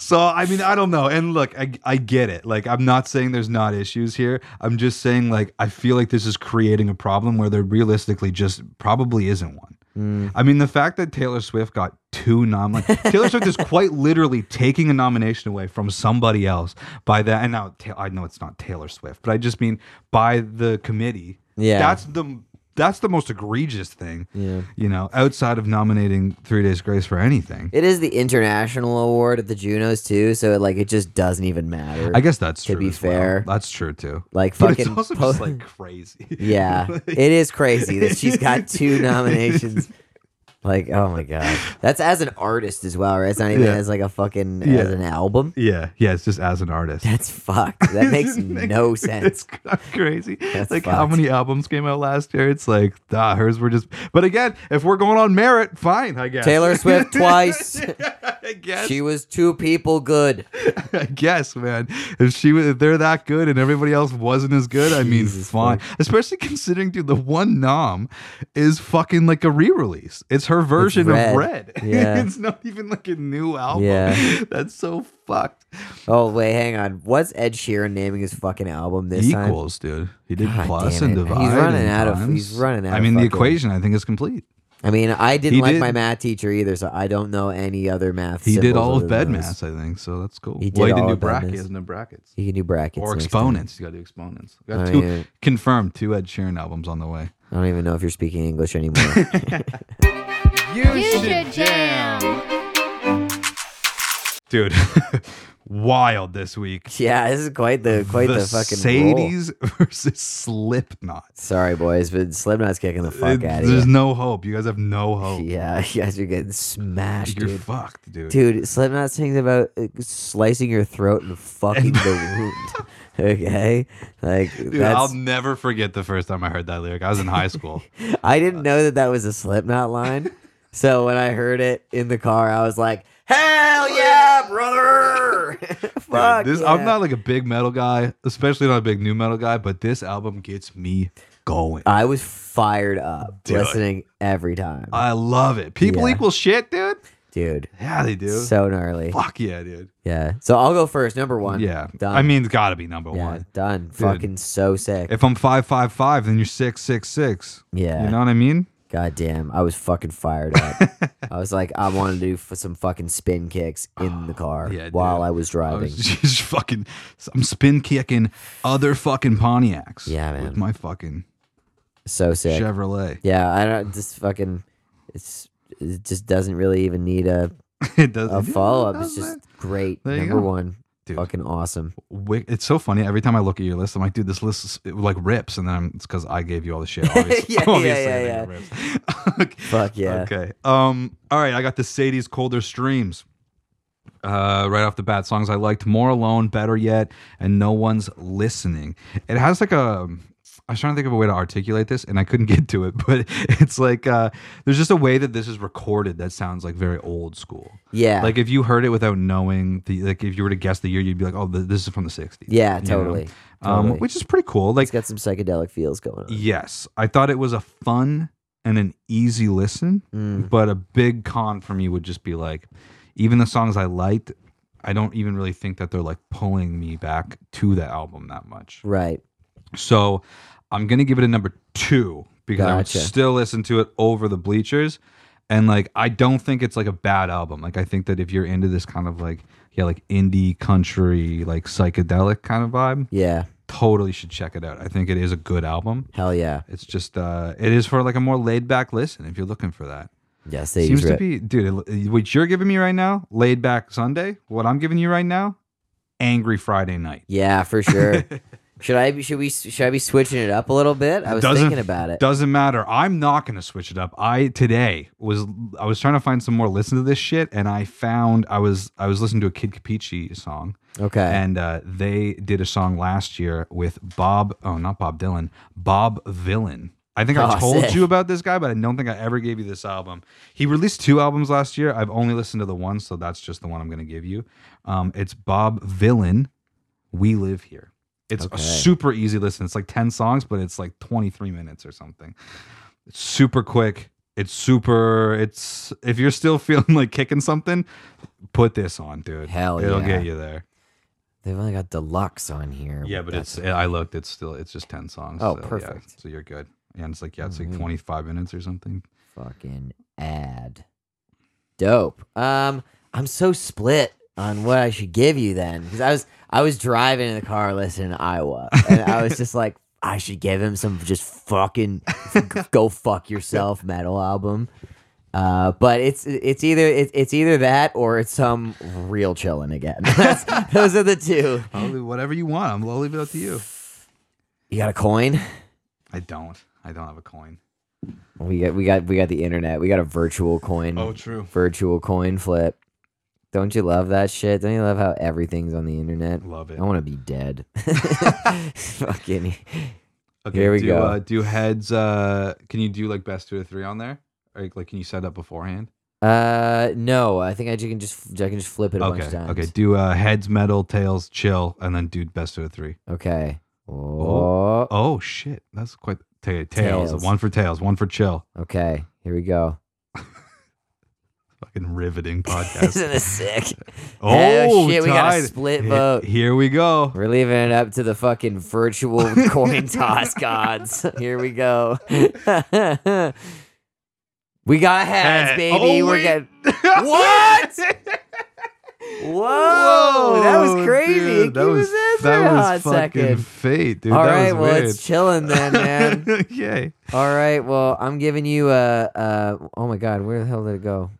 S2: So I mean, I don't know. And look, I, I get it. Like I'm not saying there's not issues here. I'm just saying like I feel like this is creating a problem where there realistically just probably isn't one.
S1: Mm.
S2: I mean, the fact that Taylor Swift got two nominations, Taylor Swift is quite literally taking a nomination away from somebody else by that. And now Ta- I know it's not Taylor Swift, but I just mean by the committee.
S1: Yeah.
S2: that's the that's the most egregious thing.
S1: Yeah.
S2: you know, outside of nominating Three Days Grace for anything.
S1: It is the international award at the Junos too, so like it just doesn't even matter.
S2: I guess that's
S1: to
S2: true.
S1: be
S2: as well.
S1: fair.
S2: that's true too.
S1: Like
S2: But
S1: fucking
S2: it's also
S1: po-
S2: just like crazy.
S1: yeah, it is crazy that she's got two nominations. Like, oh my god, that's as an artist as well, right? It's not even
S2: Yeah.
S1: as like a fucking
S2: Yeah.
S1: as an album.
S2: yeah, yeah. It's just as an artist.
S1: That's fucked. That makes no sense.
S2: It's kind of crazy.
S1: That's
S2: like how
S1: fucked.
S2: many albums came out last year? It's like, ah, hers were just. But again, if we're going on merit, fine, I guess.
S1: Taylor Swift twice.
S2: I guess.
S1: She was two people good.
S2: I guess, man. If she was, if they're that good and everybody else wasn't as good, I mean,
S1: Jesus
S2: fine. Especially considering, dude, the one nom is fucking like a re-release. It's her version
S1: Red.
S2: of Red.
S1: Yeah.
S2: it's not even like a new album.
S1: Yeah.
S2: That's so fucked.
S1: Oh wait, hang on. What's Ed Sheeran naming his fucking album this time?
S2: Equals, dude. He did
S1: God
S2: plus
S1: damn
S2: and
S1: it. He's
S2: divide.
S1: running
S2: and
S1: out of-
S2: times.
S1: he's running out
S2: I
S1: of
S2: mean, the
S1: fucking-
S2: equation, I think, is complete.
S1: I mean, I didn't
S2: He
S1: like my
S2: did-
S1: math teacher either, so I don't know any other math.
S2: He did
S1: symbols
S2: all
S1: other
S2: of bed
S1: than those.
S2: maths, I think. So that's cool.
S1: He
S2: well,
S1: did
S2: he didn't
S1: all
S2: do
S1: of bed
S2: brackets.
S1: maths.
S2: He doesn't do brackets.
S1: You can do brackets
S2: Or
S1: next time.
S2: exponents. You got to do exponents. We got
S1: Oh,
S2: two
S1: yeah.
S2: confirmed two Ed Sheeran albums on the way.
S1: I don't even know if you're speaking English anymore.
S6: You should jam.
S2: dude wild this week
S1: yeah, this is quite the quite the,
S2: the,
S1: fucking roll.
S2: sadies versus slipknot
S1: Sorry, boys, but Slipknot's kicking the fuck
S2: It-
S1: out of
S2: there's
S1: you.
S2: no hope you guys have no hope
S1: yeah, you guys are getting smashed,
S2: you're
S1: dude.
S2: fucked dude,
S1: Dude, Slipknot sings about uh, slicing your throat and fucking the wound. Okay, like
S2: Dude,
S1: that's.
S2: I'll never forget the first time I heard that lyric. I was in high school.
S1: I didn't know that that was a Slipknot line. so when I heard it in the car, I was like, "Hell yeah, brother!" Fuck.
S2: Dude, this-
S1: yeah.
S2: I'm not like a big metal guy, especially not a big new metal guy, but this album gets me going.
S1: I was fired up
S2: Dude. Uh,
S1: listening every time,
S2: I love it. People
S1: Yeah.
S2: equal shit, dude.
S1: dude.
S2: Yeah, they do.
S1: So gnarly.
S2: Fuck yeah, dude.
S1: Yeah. So I'll go first. Number one.
S2: Yeah.
S1: Done.
S2: I mean, it's got to be number
S1: yeah,
S2: one.
S1: done. Fucking so sick.
S2: If I'm 555, then you're 666.
S1: yeah.
S2: You know what I mean?
S1: God damn, I was fucking fired up. I was like, I want to do f- some fucking spin kicks in the car
S2: yeah,
S1: while
S2: dude.
S1: I was
S2: I
S1: driving.
S2: was just fucking. I'm spin kicking other fucking Pontiacs.
S1: Yeah, man.
S2: With my fucking
S1: so sick.
S2: Chevrolet.
S1: Yeah, I don't just fucking. It's it just doesn't really even need a,
S2: it doesn't.
S1: a
S2: yeah, it
S1: follow up. It's
S2: doesn't.
S1: just great.
S2: There you
S1: Number
S2: go.
S1: one,
S2: Dude.
S1: fucking awesome.
S2: Wick- It's so funny. Every time I look at your list, I'm like, dude, this list is, it, like rips, and then I'm, it's because I gave you all the shit. Obviously,
S1: Yeah, yeah,
S2: obviously
S1: yeah,
S2: I think it rips. Okay.
S1: Fuck yeah.
S2: Okay. Um. All right. I got the Sadie's colder streams. Uh, right off the bat, songs I liked more alone, better yet, and no one's listening. It has like a. I was trying to think of a way to articulate this, and I couldn't get to it. But it's like uh, there's just a way that this is recorded that sounds like very old school.
S1: Yeah,
S2: Like if you heard it without knowing the, like if you were to guess the year, you'd be like, oh, th- this is from the '60s.
S1: yeah,
S2: you know?
S1: totally.
S2: Um,
S1: totally.
S2: which is pretty cool. Like
S1: it's got some psychedelic feels going on.
S2: Yes, I thought it was a fun and an easy listen,
S1: Mm.
S2: but a big con for me would just be like, even the songs I liked, I don't even really think that they're like pulling me back to that album that much.
S1: Right.
S2: So I'm gonna give it a number two because I would
S1: Gotcha.
S2: still listen to it over the bleachers. And like I don't think it's like a bad album. Like I think that if you're into this kind of like yeah, like indie country, like psychedelic kind of vibe,
S1: Yeah.
S2: totally should check it out. I think it is a good album.
S1: Hell yeah.
S2: It's just uh it is for like a more laid back listen if you're looking for that.
S1: Yeah. Sadie's
S2: Seems to
S1: rip.
S2: be dude, it- what you're giving me right now, laid back Sunday, what I'm giving you right now, angry Friday night.
S1: Yeah, for sure. should I be? Should we? Should I be switching it up a little bit? I was
S2: Doesn't-
S1: thinking about it.
S2: Doesn't matter. I'm not going to switch it up. I today was I was trying to find some more listen to this shit and I found I was I was listening to a Kid Capici song
S1: Okay.
S2: and uh, they did a song last year with Bob. Oh, not Bob Dylan. Bob Villain. I think I
S1: Oh,
S2: told
S1: sick.
S2: you about this guy, but I don't think I ever gave you this album. He released two albums last year. I've only listened to the one, so that's just the one I'm going to give you. Um, it's Bob Villain. We live here. It's
S1: Okay.
S2: a super easy listen. It's like ten songs, but it's like 23 minutes or something. It's super quick. It's super. It's if you're still feeling like kicking something, put this on, dude.
S1: Hell
S2: it'll
S1: yeah.
S2: get you there.
S1: They've only got deluxe on here.
S2: Yeah, but
S1: that's-
S2: it's I looked. It's still it's just ten songs.
S1: Oh,
S2: so, yeah,
S1: perfect. Mm-hmm.
S2: so you're good. And it's like yeah, it's like twenty five minutes or something.
S1: fucking ad. Dope. Um, I'm so split on what I should give you then because I was I was driving in the car listening to Iowa and I was just like I should give him some just fucking go fuck yourself metal album. Uh, but it's it's either it, it's either that or it's some real chilling again. That's, those are the two.
S2: I'll leave whatever you want. I'm, I'll leave it up to you.
S1: You got a coin?
S2: I don't. I don't have a coin.
S1: We got we got we got the internet. We got a virtual coin.
S2: true.
S1: virtual coin flip. Don't you love that shit? Don't you love how everything's on the internet?
S2: Love it.
S1: I want to be dead. Fucking
S2: Okay,
S1: Here we
S2: do,
S1: go.
S2: Uh, do heads? Uh, can you do like best two to three on there? Or like, can you set up beforehand?
S1: uh, no. I think I ju- can just I can just flip it a bunch
S2: Okay.
S1: of times.
S2: Okay. Do uh, heads, metal, tails, chill, and then do best two to three.
S1: Okay.
S2: Oh.
S1: Oh.
S2: Oh shit, that's quite ta tails.
S1: Tails.
S2: One for tails, one for chill.
S1: Okay. Here we go.
S2: Fucking riveting podcast.
S1: Isn't this sick?
S2: oh
S1: shit, we got a
S2: tied.
S1: split
S2: He-
S1: vote.
S2: Here we go.
S1: We're leaving it up to the fucking virtual coin toss gods. Here we go. we got hats,
S2: Hat.
S1: baby.
S2: Oh,
S1: We're
S2: wait.
S1: getting what? Whoa, that was
S2: Whoa,
S1: crazy.
S2: dude,
S1: it was, that for
S2: that
S1: a
S2: was
S1: hot
S2: fucking
S1: second.
S2: fate, dude.
S1: All
S2: that
S1: right,
S2: was
S1: well,
S2: weird.
S1: it's chilling then, man.
S2: Yay.
S1: All right, well, I'm giving you uh, uh, oh my god, where the hell did it go?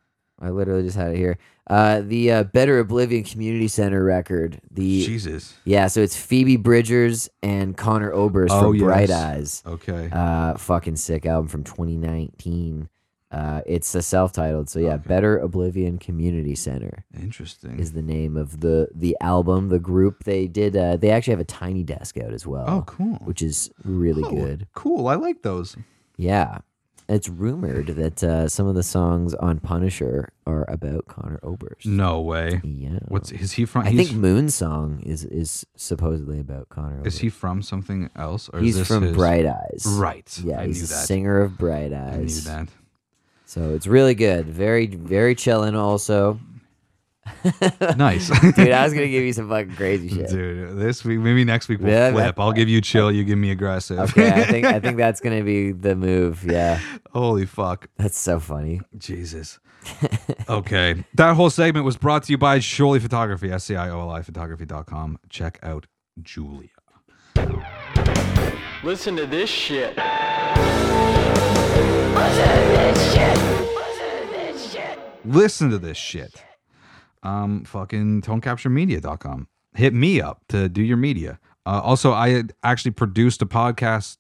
S1: I literally just had it here. Uh, the uh, Better Oblivion Community Center record. The
S2: Jesus.
S1: yeah, so it's Phoebe Bridgers and Connor Oberst
S2: Oh,
S1: from Bright
S2: yes.
S1: Eyes.
S2: Okay.
S1: Uh, fucking sick album from 2019. Uh, it's a self-titled, so yeah, Better Oblivion Community Center
S2: Interesting.
S1: is the name of the the album, the group. They did. Uh, they actually have a tiny desk out as well.
S2: Oh, cool.
S1: Which is really
S2: Oh,
S1: good.
S2: Cool. I like those.
S1: Yeah. It's rumored that uh, some of the songs on Punisher are about Connor Oberst.
S2: No way.
S1: Yeah.
S2: What's is he from?
S1: I
S2: he's,
S1: think Moon Song is is supposedly about Connor. Oberst.
S2: is he from something else or is
S1: He's
S2: this
S1: from
S2: his-
S1: Bright Eyes.
S2: Right.
S1: Yeah,
S2: I
S1: he's
S2: knew
S1: a
S2: that.
S1: singer of Bright
S2: I knew
S1: Eyes.
S2: that.
S1: So it's really good. Very very chillin' also.
S2: Nice.
S1: Dude, I was gonna give you some fucking crazy shit.
S2: Dude, this week, maybe next week we'll
S1: Yeah,
S2: flip.
S1: that-
S2: I'll give you chill, you give me aggressive.
S1: Okay, I think I think that's gonna be the move. Yeah,
S2: Holy fuck.
S1: that's so funny.
S2: Jesus. okay. That whole segment was brought to you by Surely Photography, S C I O L I photography.com. Check out Julia.
S3: Listen to this shit.
S2: Listen to this shit. Um, fucking tonecapturemedia.com. Hit me up to do your media. Uh, also, I had actually produced a podcast.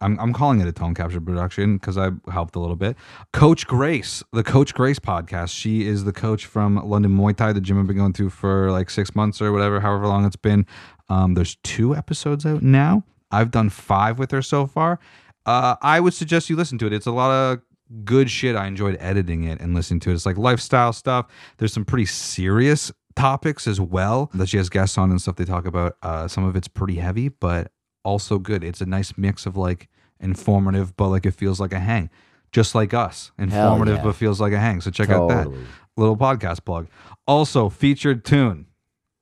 S2: I'm, I'm calling it a tone capture production because I helped a little bit. Coach Grace, the Coach Grace podcast. She is the coach from London Muay Thai, the gym I've been going to for like six months or whatever, however long it's been. Um, there's two episodes out now. I've done five with her so far. Uh, I would suggest you listen to it. It's a lot of good shit. I enjoyed editing it and listening to it. It's like lifestyle stuff. There's some pretty serious topics as well that she has guests on and stuff they talk about. Uh, some of it's pretty heavy, but also good. It's a nice mix of like informative, but like it feels like a hang, just like us. Informative,
S1: yeah.
S2: but feels like a hang. So check out that
S1: Totally.
S2: little podcast plug. Also, featured tune.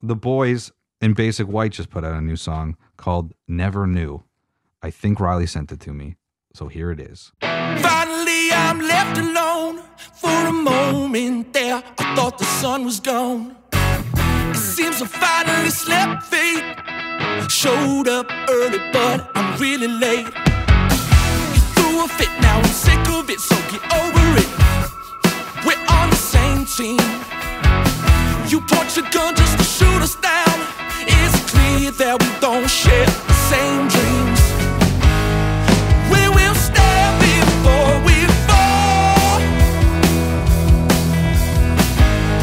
S2: The boys in Basic White just put out a new song called Never Knew. I think Riley sent it to me. So here it is.
S7: Finally, I'm left alone for a moment there. I thought the sun was gone. It seems I finally slept fate. Showed up early, but I'm really late. Threw a fit, now I'm sick of it, so get over it. We're on the same team. You point your gun just to shoot us down. It's clear that we don't share the same dreams. We will stand before we fall.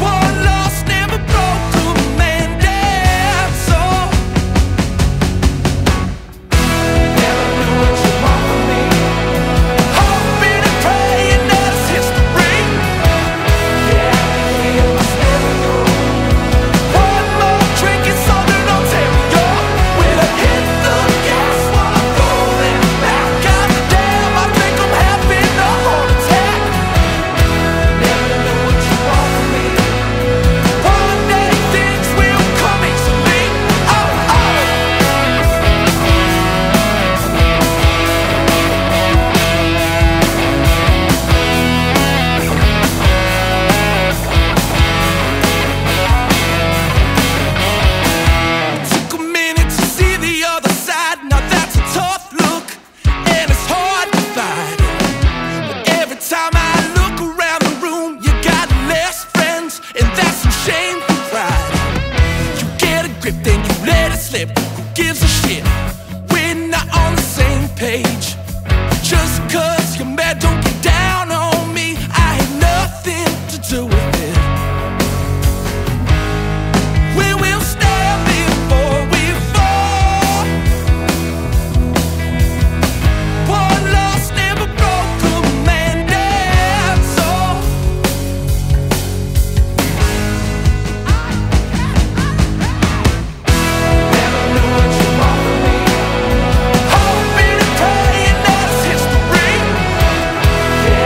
S7: One lost and a broken man dance all. Never knew what you want from me. Hoping and praying that it's history. Yeah, we must never go. One more drink and soda don't tear me up. When I hit the gas, while I'm falling back, goddamn, I think I'm having a heart attack. Never knew what you want from me. One day things will come easy to me. Oh, oh. took a minute to see the other side. Now that's a tough look, and it's hard to find. But every time I look around the room, you got less friends, and that's some shameful pride. You get a grip, then you let it slip. Who gives a shit? We're not on the same page. Just cause you're mad, don't get down on me. I had nothing to do with it. We will stand before we fall. One lost and a broken man Oh. dance all. Never knew what you want from me. Hoping and praying that it's history. Oh,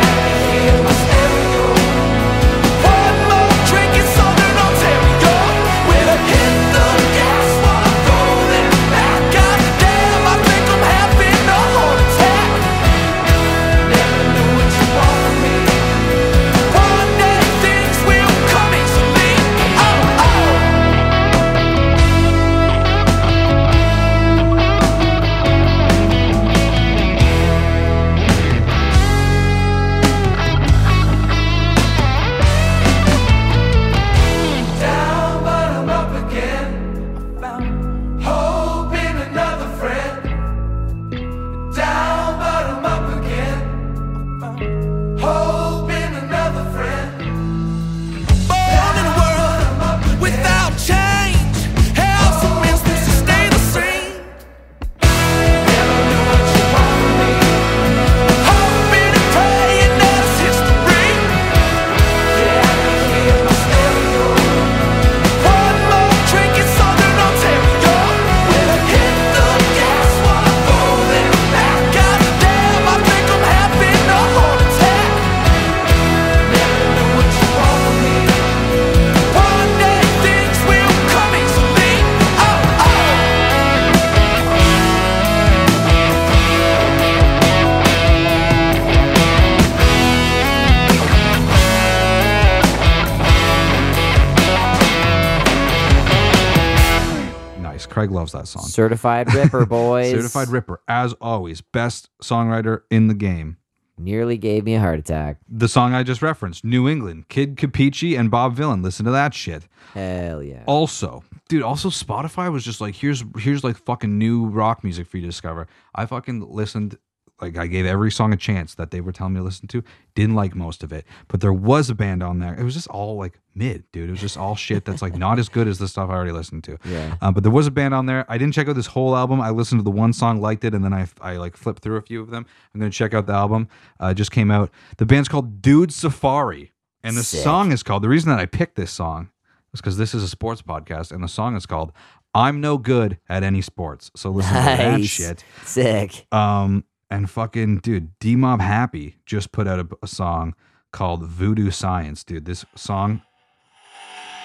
S2: Craig loves that song.
S1: Certified Ripper Boys.
S2: Certified Ripper, as always, best songwriter in the game.
S1: Nearly gave me a heart attack.
S2: The song I just referenced, New England, Kid Capici and Bob Villain. Listen to that shit.
S1: Hell yeah.
S2: Also, dude, also Spotify was just like, here's here's like fucking new rock music for you to discover. I fucking listened, like I gave every song a chance that they were telling me to listen to. Didn't like most of it, but there was a band on there. It was just all like mid, dude. It was just all shit that's like not as good as the stuff I already listened to.
S1: Yeah.
S2: Uh, but there was a band on there. I didn't check out this whole album. I listened to the one song, liked it, and then I, I like flipped through a few of them. I'm gonna check out the album. Uh, it just came out. The band's called Dude Safari, and the
S1: Sick.
S2: song is called. The reason that I picked this song is because this is a sports podcast, and the song is called "I'm No Good at Any Sports." So listen to that
S1: Nice.
S2: shit.
S1: Sick.
S2: Um, and fucking dude, D Mob Happy just put out a, a song called Voodoo Science, dude. This song,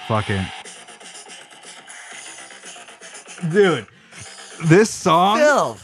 S2: fucking, dude, this song
S1: Phil.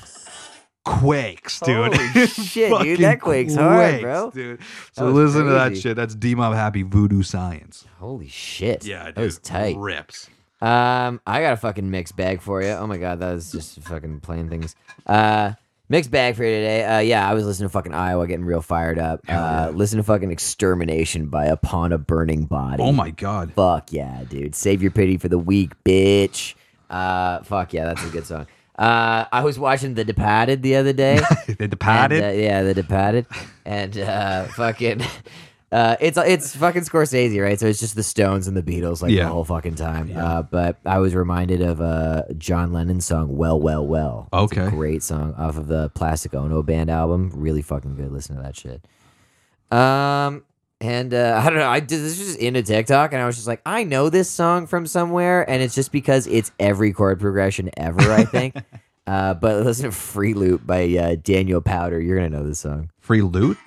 S2: quakes, dude.
S1: Holy shit, dude,
S2: Fucking
S1: that quakes hard, bro.
S2: dude. So
S1: was
S2: listen to that
S1: crazy.
S2: shit. That's D Mob Happy Voodoo Science.
S1: Holy shit.
S2: Yeah, dude,
S1: That was tight.
S2: Rips.
S1: Um, I got a fucking mixed bag for you. Oh my god, that was just fucking playing things. Uh, mixed bag for you today. Uh, yeah, I was listening to fucking Iowa, getting real fired up. Uh, listen to fucking extermination by upon a burning body.
S2: Oh my god.
S1: Fuck yeah, dude. Save your pity for the weak, bitch. Uh, fuck yeah, that's a good song. Uh, I was watching The Departed the other day.
S2: They
S1: And,
S2: departed.
S1: uh, yeah, the Departed, and uh, fucking, uh, it's it's fucking Scorsese, right? So it's just the Stones and the Beatles, like
S2: Yeah.
S1: the whole fucking time. Uh, but I was reminded of uh, John Lennon's song "Well, Well, Well." It's a
S2: Okay.
S1: great song off of the Plastic Ono Band album. Really fucking good. Listen to that shit. Um. And uh, I don't know. I did this was just into TikTok, and I was just like, I know this song from somewhere, and it's just because it's every chord progression ever. I think. uh, but listen to "Free Loop" by uh, Daniel Powder. You're gonna know this song.
S2: Free loot.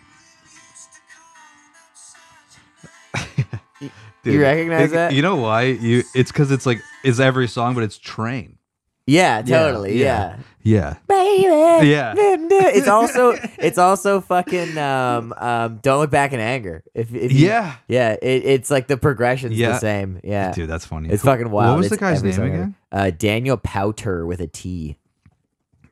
S2: Dude,
S1: recognize
S2: it-
S1: that?
S2: You know why? You it's because it's like it's every song, but it's train.
S1: Yeah, totally.
S2: yeah.
S1: Yeah,
S2: Yeah,
S1: baby.
S2: Yeah.
S1: it's also it's also fucking um um. Don't look back in anger. If, if you-
S2: Yeah.
S1: yeah. It, it's like the progression's
S2: Yeah.
S1: the same. Yeah,
S2: dude, that's funny.
S1: It's
S2: Who-
S1: fucking wild.
S2: What was
S1: It's
S2: the guy's
S1: every
S2: name
S1: song ever.
S2: again?
S1: Uh, Daniel Powter with a T.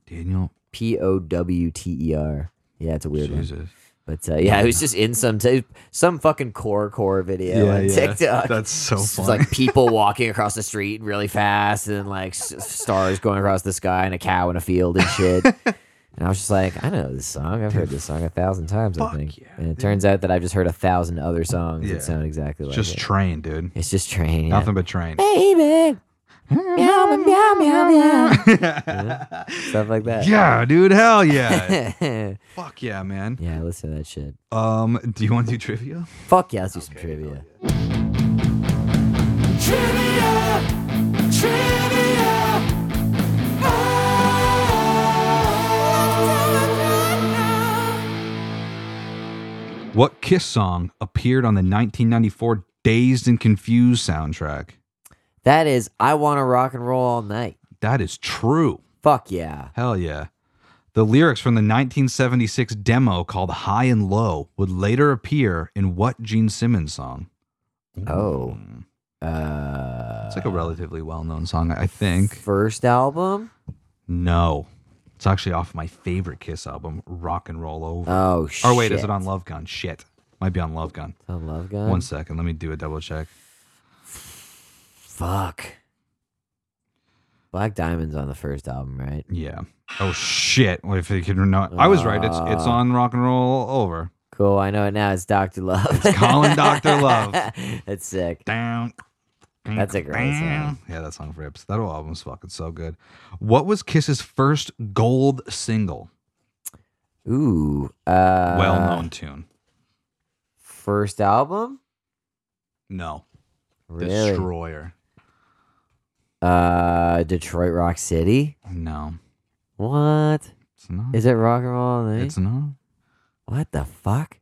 S2: Daniel.
S1: P O W T E R. Yeah, it's a weird one.
S2: Jesus.
S1: But uh, yeah, it was just in some t- some fucking core core video on TikTok.
S2: That's so
S1: It's
S2: funny.
S1: like people walking across the street really fast, and like s- stars going across the sky, and a cow in a field and shit. and I was just like, I know this song. I've heard this song a thousand times. I
S2: fuck
S1: think.
S2: yeah,
S1: and it turns out that I've just heard a thousand other songs
S2: Yeah.
S1: that sound exactly like
S2: just
S1: it.
S2: train, dude.
S1: it's just train. yeah.
S2: Nothing but train.
S1: Baby. meow, meow, meow, meow, meow. Yeah, Stuff like that.
S2: Yeah, dude. Hell yeah.
S1: Yeah.
S2: Fuck yeah, man.
S1: yeah, listen to that shit.
S2: Um, do you want to do trivia?
S1: Fuck yeah, let's do some trivia.
S2: What Kiss song appeared on the 1994 Dazed and Confused soundtrack?
S1: That is, I want to rock and roll all night.
S2: That is true.
S1: Fuck yeah.
S2: Hell yeah. The lyrics from the 1976 demo called High and Low would later appear in what Gene Simmons song?
S1: Oh.
S2: Mm.
S1: Uh,
S2: It's like a relatively well known song, I think.
S1: first album?
S2: No. It's actually off my favorite Kiss album, Rock and Roll Over.
S1: Oh shit. Uh.
S2: or wait, is it on Love Gun? Shit. Might be on Love Gun.
S1: It's on Love Gun?
S2: One second. Let me do a double check.
S1: Fuck. Black Diamond's on the first album, right?
S2: Yeah. Oh, shit. Well, If you can not. I was right. It's, it's
S1: Uh.
S2: on Rock and Roll Over.
S1: Cool, I know it now. It's Doctor Love.
S2: Colin Dr. Love.
S1: That's sick.
S2: Down.
S1: That's a great song.
S2: Yeah, that song rips. That whole album's fucking so good. What was Kiss's first gold single?
S1: Ooh. Uh,
S2: well known tune.
S1: First album?
S2: No.
S1: Really?
S2: Destroyer.
S1: Uh, Detroit Rock City.
S2: No.
S1: What
S2: It's not.
S1: is it? Rock and roll all night.
S2: It's not.
S1: what the fuck?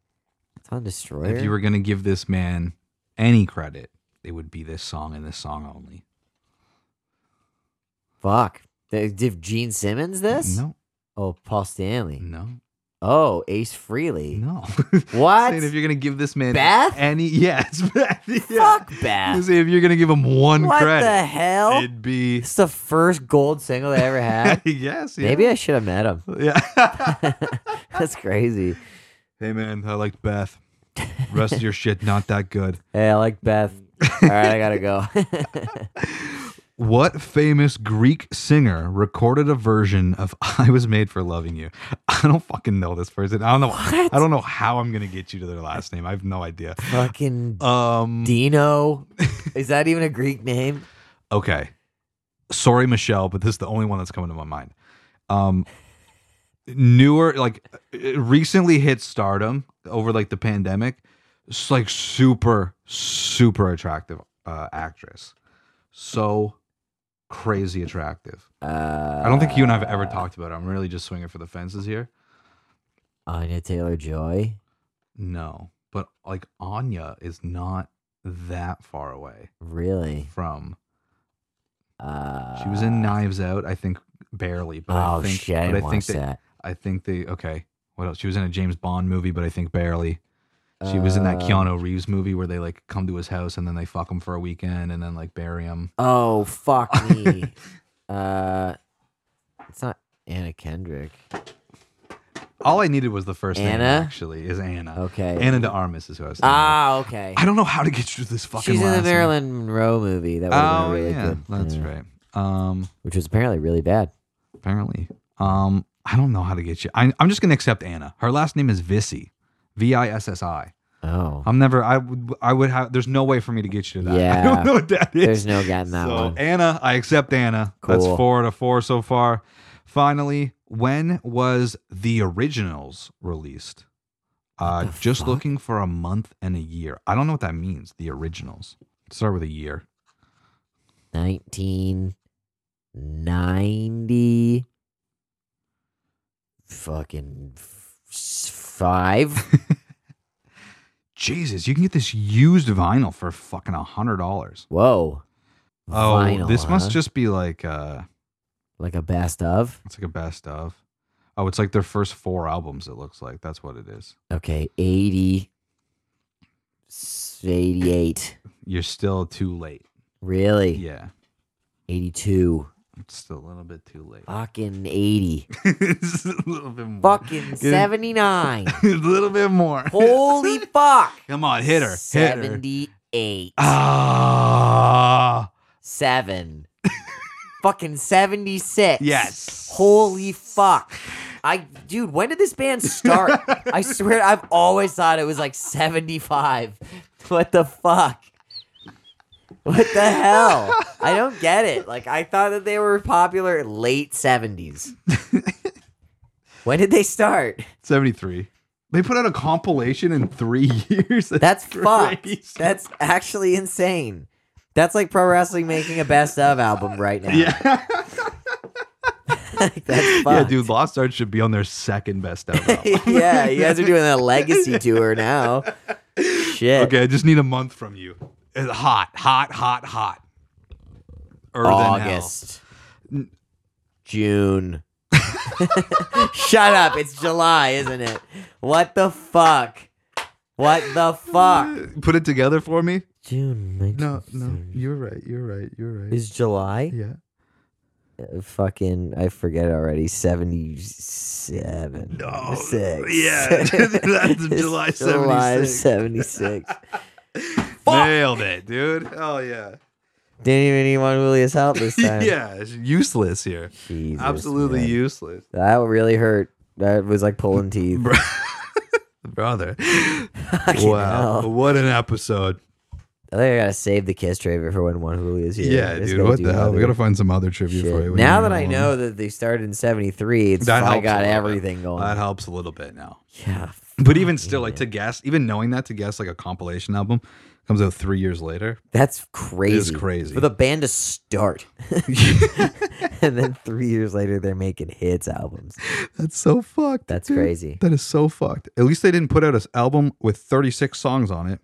S1: It's on Destroyer.
S2: If you were going to give this man any credit, it would be this song and this song only.
S1: fuck. Th- Did Gene Simmons this?
S2: No.
S1: Oh, Paul Stanley.
S2: No.
S1: Oh, Ace Freely.
S2: No.
S1: What?
S2: Saying if you're gonna give this man
S1: Beth?
S2: any yes, Beth. Yeah.
S1: Fuck
S2: You
S1: Beth.
S2: say if you're gonna give him one
S1: What
S2: credit,
S1: the hell?
S2: it'd be
S1: It's the first gold single I ever had.
S2: yes. Yeah.
S1: Maybe I should have met him.
S2: Yeah.
S1: That's crazy.
S2: hey man, I liked Beth. Rest of your shit not that good.
S1: Hey, I like Beth. All right, I gotta go.
S2: What famous Greek singer recorded a version of "I Was Made for Loving You"? I don't fucking know this person. I don't know. I don't know how I'm gonna get you to their last name. I have no idea.
S1: Fucking
S2: Um.
S1: Dino. Is that even a Greek name?
S2: okay. Sorry, Michelle, but this is the only one that's coming to my mind. Um, newer, like uh, recently hit stardom over like the pandemic. It's like super, super attractive uh, actress. So crazy attractive.
S1: Uh,
S2: I don't think you and I have ever talked about it. I'm really just swinging for the fences here.
S1: Anya Taylor Joy.
S2: No, but like Anya is not that far away
S1: Really?
S2: from.
S1: Uh,
S2: She was in Knives Out, I think, barely. But
S1: Oh
S2: I think,
S1: shit! I
S2: but
S1: didn't
S2: I
S1: watch
S2: think they,
S1: that.
S2: I think they okay. What else? She was in a James Bond movie, but I think barely. She was in that
S1: Uh,
S2: Keanu Reeves movie where they like come to his house and then they fuck him for a weekend and then like bury him.
S1: Oh fuck me. uh, it's not Anna Kendrick.
S2: All I needed was the first name
S1: Anna?
S2: actually is Anna.
S1: Okay.
S2: Anna de Armas is who I was. thinking of.
S1: Ah, okay.
S2: I don't know how to get you to this fucking.
S1: She's in
S2: last
S1: the
S2: name.
S1: Marilyn Monroe movie. That would have
S2: Oh
S1: been really
S2: yeah,
S1: good.
S2: that's
S1: Yeah.
S2: right. Um,
S1: Which was apparently really bad.
S2: apparently. Um, I don't know how to get you. I, I'm just gonna accept Anna. Her last name is Vissi, V I S S I.
S1: Oh,
S2: I'm never. I would. I would have. There's no way for me to get you to that. I
S1: Yeah.
S2: don't know what that is.
S1: there's no getting that
S2: so eh.
S1: one.
S2: Anna, I accept Anna. That's
S1: Cool.
S2: four out of four so far. Finally, when was the originals released? Uh, just looking for a month and a year. I don't know what that means. The originals. Start with a year.
S1: 1990 fucking f- five
S2: Jesus, you can get this used vinyl for fucking a hundred dollars.
S1: whoa
S2: Oh,
S1: Vinyl,
S2: this must
S1: huh?
S2: just be like uh
S1: like a best of
S2: it's like a best of. Oh, it's like their first four albums, it looks like. That's what it is.
S1: okay 80 s- 88
S2: You're still too late.
S1: really
S2: Yeah.
S1: 82
S2: It's still a little bit too late.
S1: fucking 80
S2: it's a little bit more.
S1: fucking 79
S2: a little bit more.
S1: holy fuck
S2: Come on, hit her. Hit her.
S1: 78
S2: Ah.
S1: 7 fucking 76
S2: Yes.
S1: Holy fuck. I dude, when did this band start? I swear I've always thought it was like 75. What the fuck? What the hell? I don't get it. Like I thought that they were popular late 70s. when did they start?
S2: 73. They put out a compilation in three years.
S1: That's
S2: crazy.
S1: fucked. That's actually insane. That's like pro wrestling making a best of album right now.
S2: yeah.
S1: Like, that's
S2: Yeah,
S1: fucked.
S2: dude. Lost Art should be on their second best album.
S1: yeah, you guys are doing a legacy tour now. Shit.
S2: Okay, I just need a month from you. It's hot, hot, hot, hot. Earth
S1: August. June. Shut up. It's July, isn't it? What the fuck? What the fuck?
S2: And hell. Put it together for me.
S1: June.
S2: No, no, you're right. You're right. You're right.
S1: Is July?
S2: yeah.
S1: Uh, fucking, I forget already. 77.
S2: No,
S1: Six.
S2: yeah, that's
S1: It's
S2: July
S1: July
S2: 76.
S1: 76.
S2: Nailed it, dude. Hell yeah.
S1: Didn't even need Juan Julius help this time.
S2: yeah, it's useless here.
S1: Jesus,
S2: Absolutely
S1: man.
S2: useless.
S1: That really hurt. That was like pulling teeth.
S2: Bro- Brother. wow.
S1: hell.
S2: What an episode.
S1: I think I gotta save the kiss trivia for when one Julio is here.
S2: Yeah,
S1: I just
S2: dude.
S1: gotta
S2: What
S1: do
S2: the hell? We
S1: other
S2: got to find some other trivia
S1: shit.
S2: for you. We
S1: Now
S2: don't
S1: that I
S2: one.
S1: know that they started in '73, it's
S2: That
S1: I
S2: helps
S1: got
S2: a little bit.
S1: everything going.
S2: that helps a little bit now.
S1: yeah,
S2: But even still, like to guess, even knowing that to guess like a compilation album comes out three years later.
S1: that's crazy.
S2: crazy.
S1: for the band to start, and then three years later they're making hits albums.
S2: That's so fucked.
S1: That's
S2: dude.
S1: crazy.
S2: That is so fucked. At least they didn't put out an album with 36 songs on it.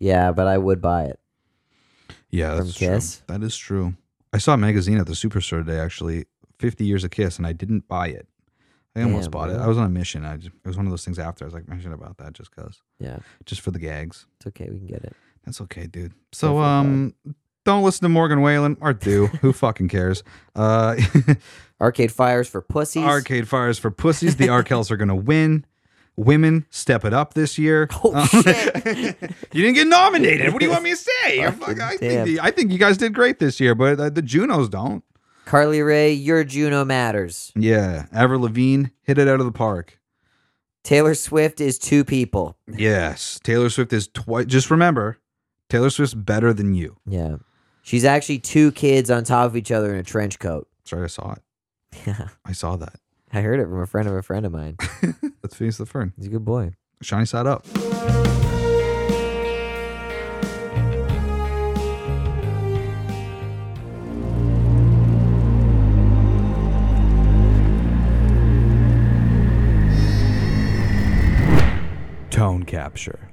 S1: Yeah, but I would buy it.
S2: Yeah,
S1: From
S2: that's
S1: Kiss?
S2: true. That is true. I saw a magazine at the superstore today, actually, 50 years of Kiss, and I didn't buy it. I almost
S1: Damn,
S2: bought it.
S1: really?
S2: I was on a mission. I just, it was one of those things after. I was like, I should have bought that just because,
S1: Yeah,
S2: just for the gags.
S1: it's okay. We can get it.
S2: That's okay, dude. So,
S1: Definitely
S2: um, don't listen to Morgan Whalen or do. Who fucking cares? Uh,
S1: Arcade Fires for pussies.
S2: Arcade Fires for Pussies. The Arkells are going to win. Women, step it up this year.
S1: Oh,
S2: Um,
S1: shit.
S2: you didn't get nominated. What do you want me to say? You're fuck- I,
S1: damn.
S2: think, you- I think you guys did great this year, but uh, the Junos don't.
S1: Carly Ray, your Juno matters.
S2: Yeah. Avril Lavigne hit it out of the park.
S1: Taylor Swift is two people.
S2: Yes. Taylor Swift is twice. Just remember, Taylor Swift's better than you.
S1: Yeah. She's actually two kids on top of each other in a trench coat.
S2: Sorry, I saw it.
S1: Yeah.
S2: I saw that.
S1: I heard it from a friend of a friend of mine.
S2: Let's finish the fern.
S1: He's a good boy.
S2: Shiny side up. Tone capture.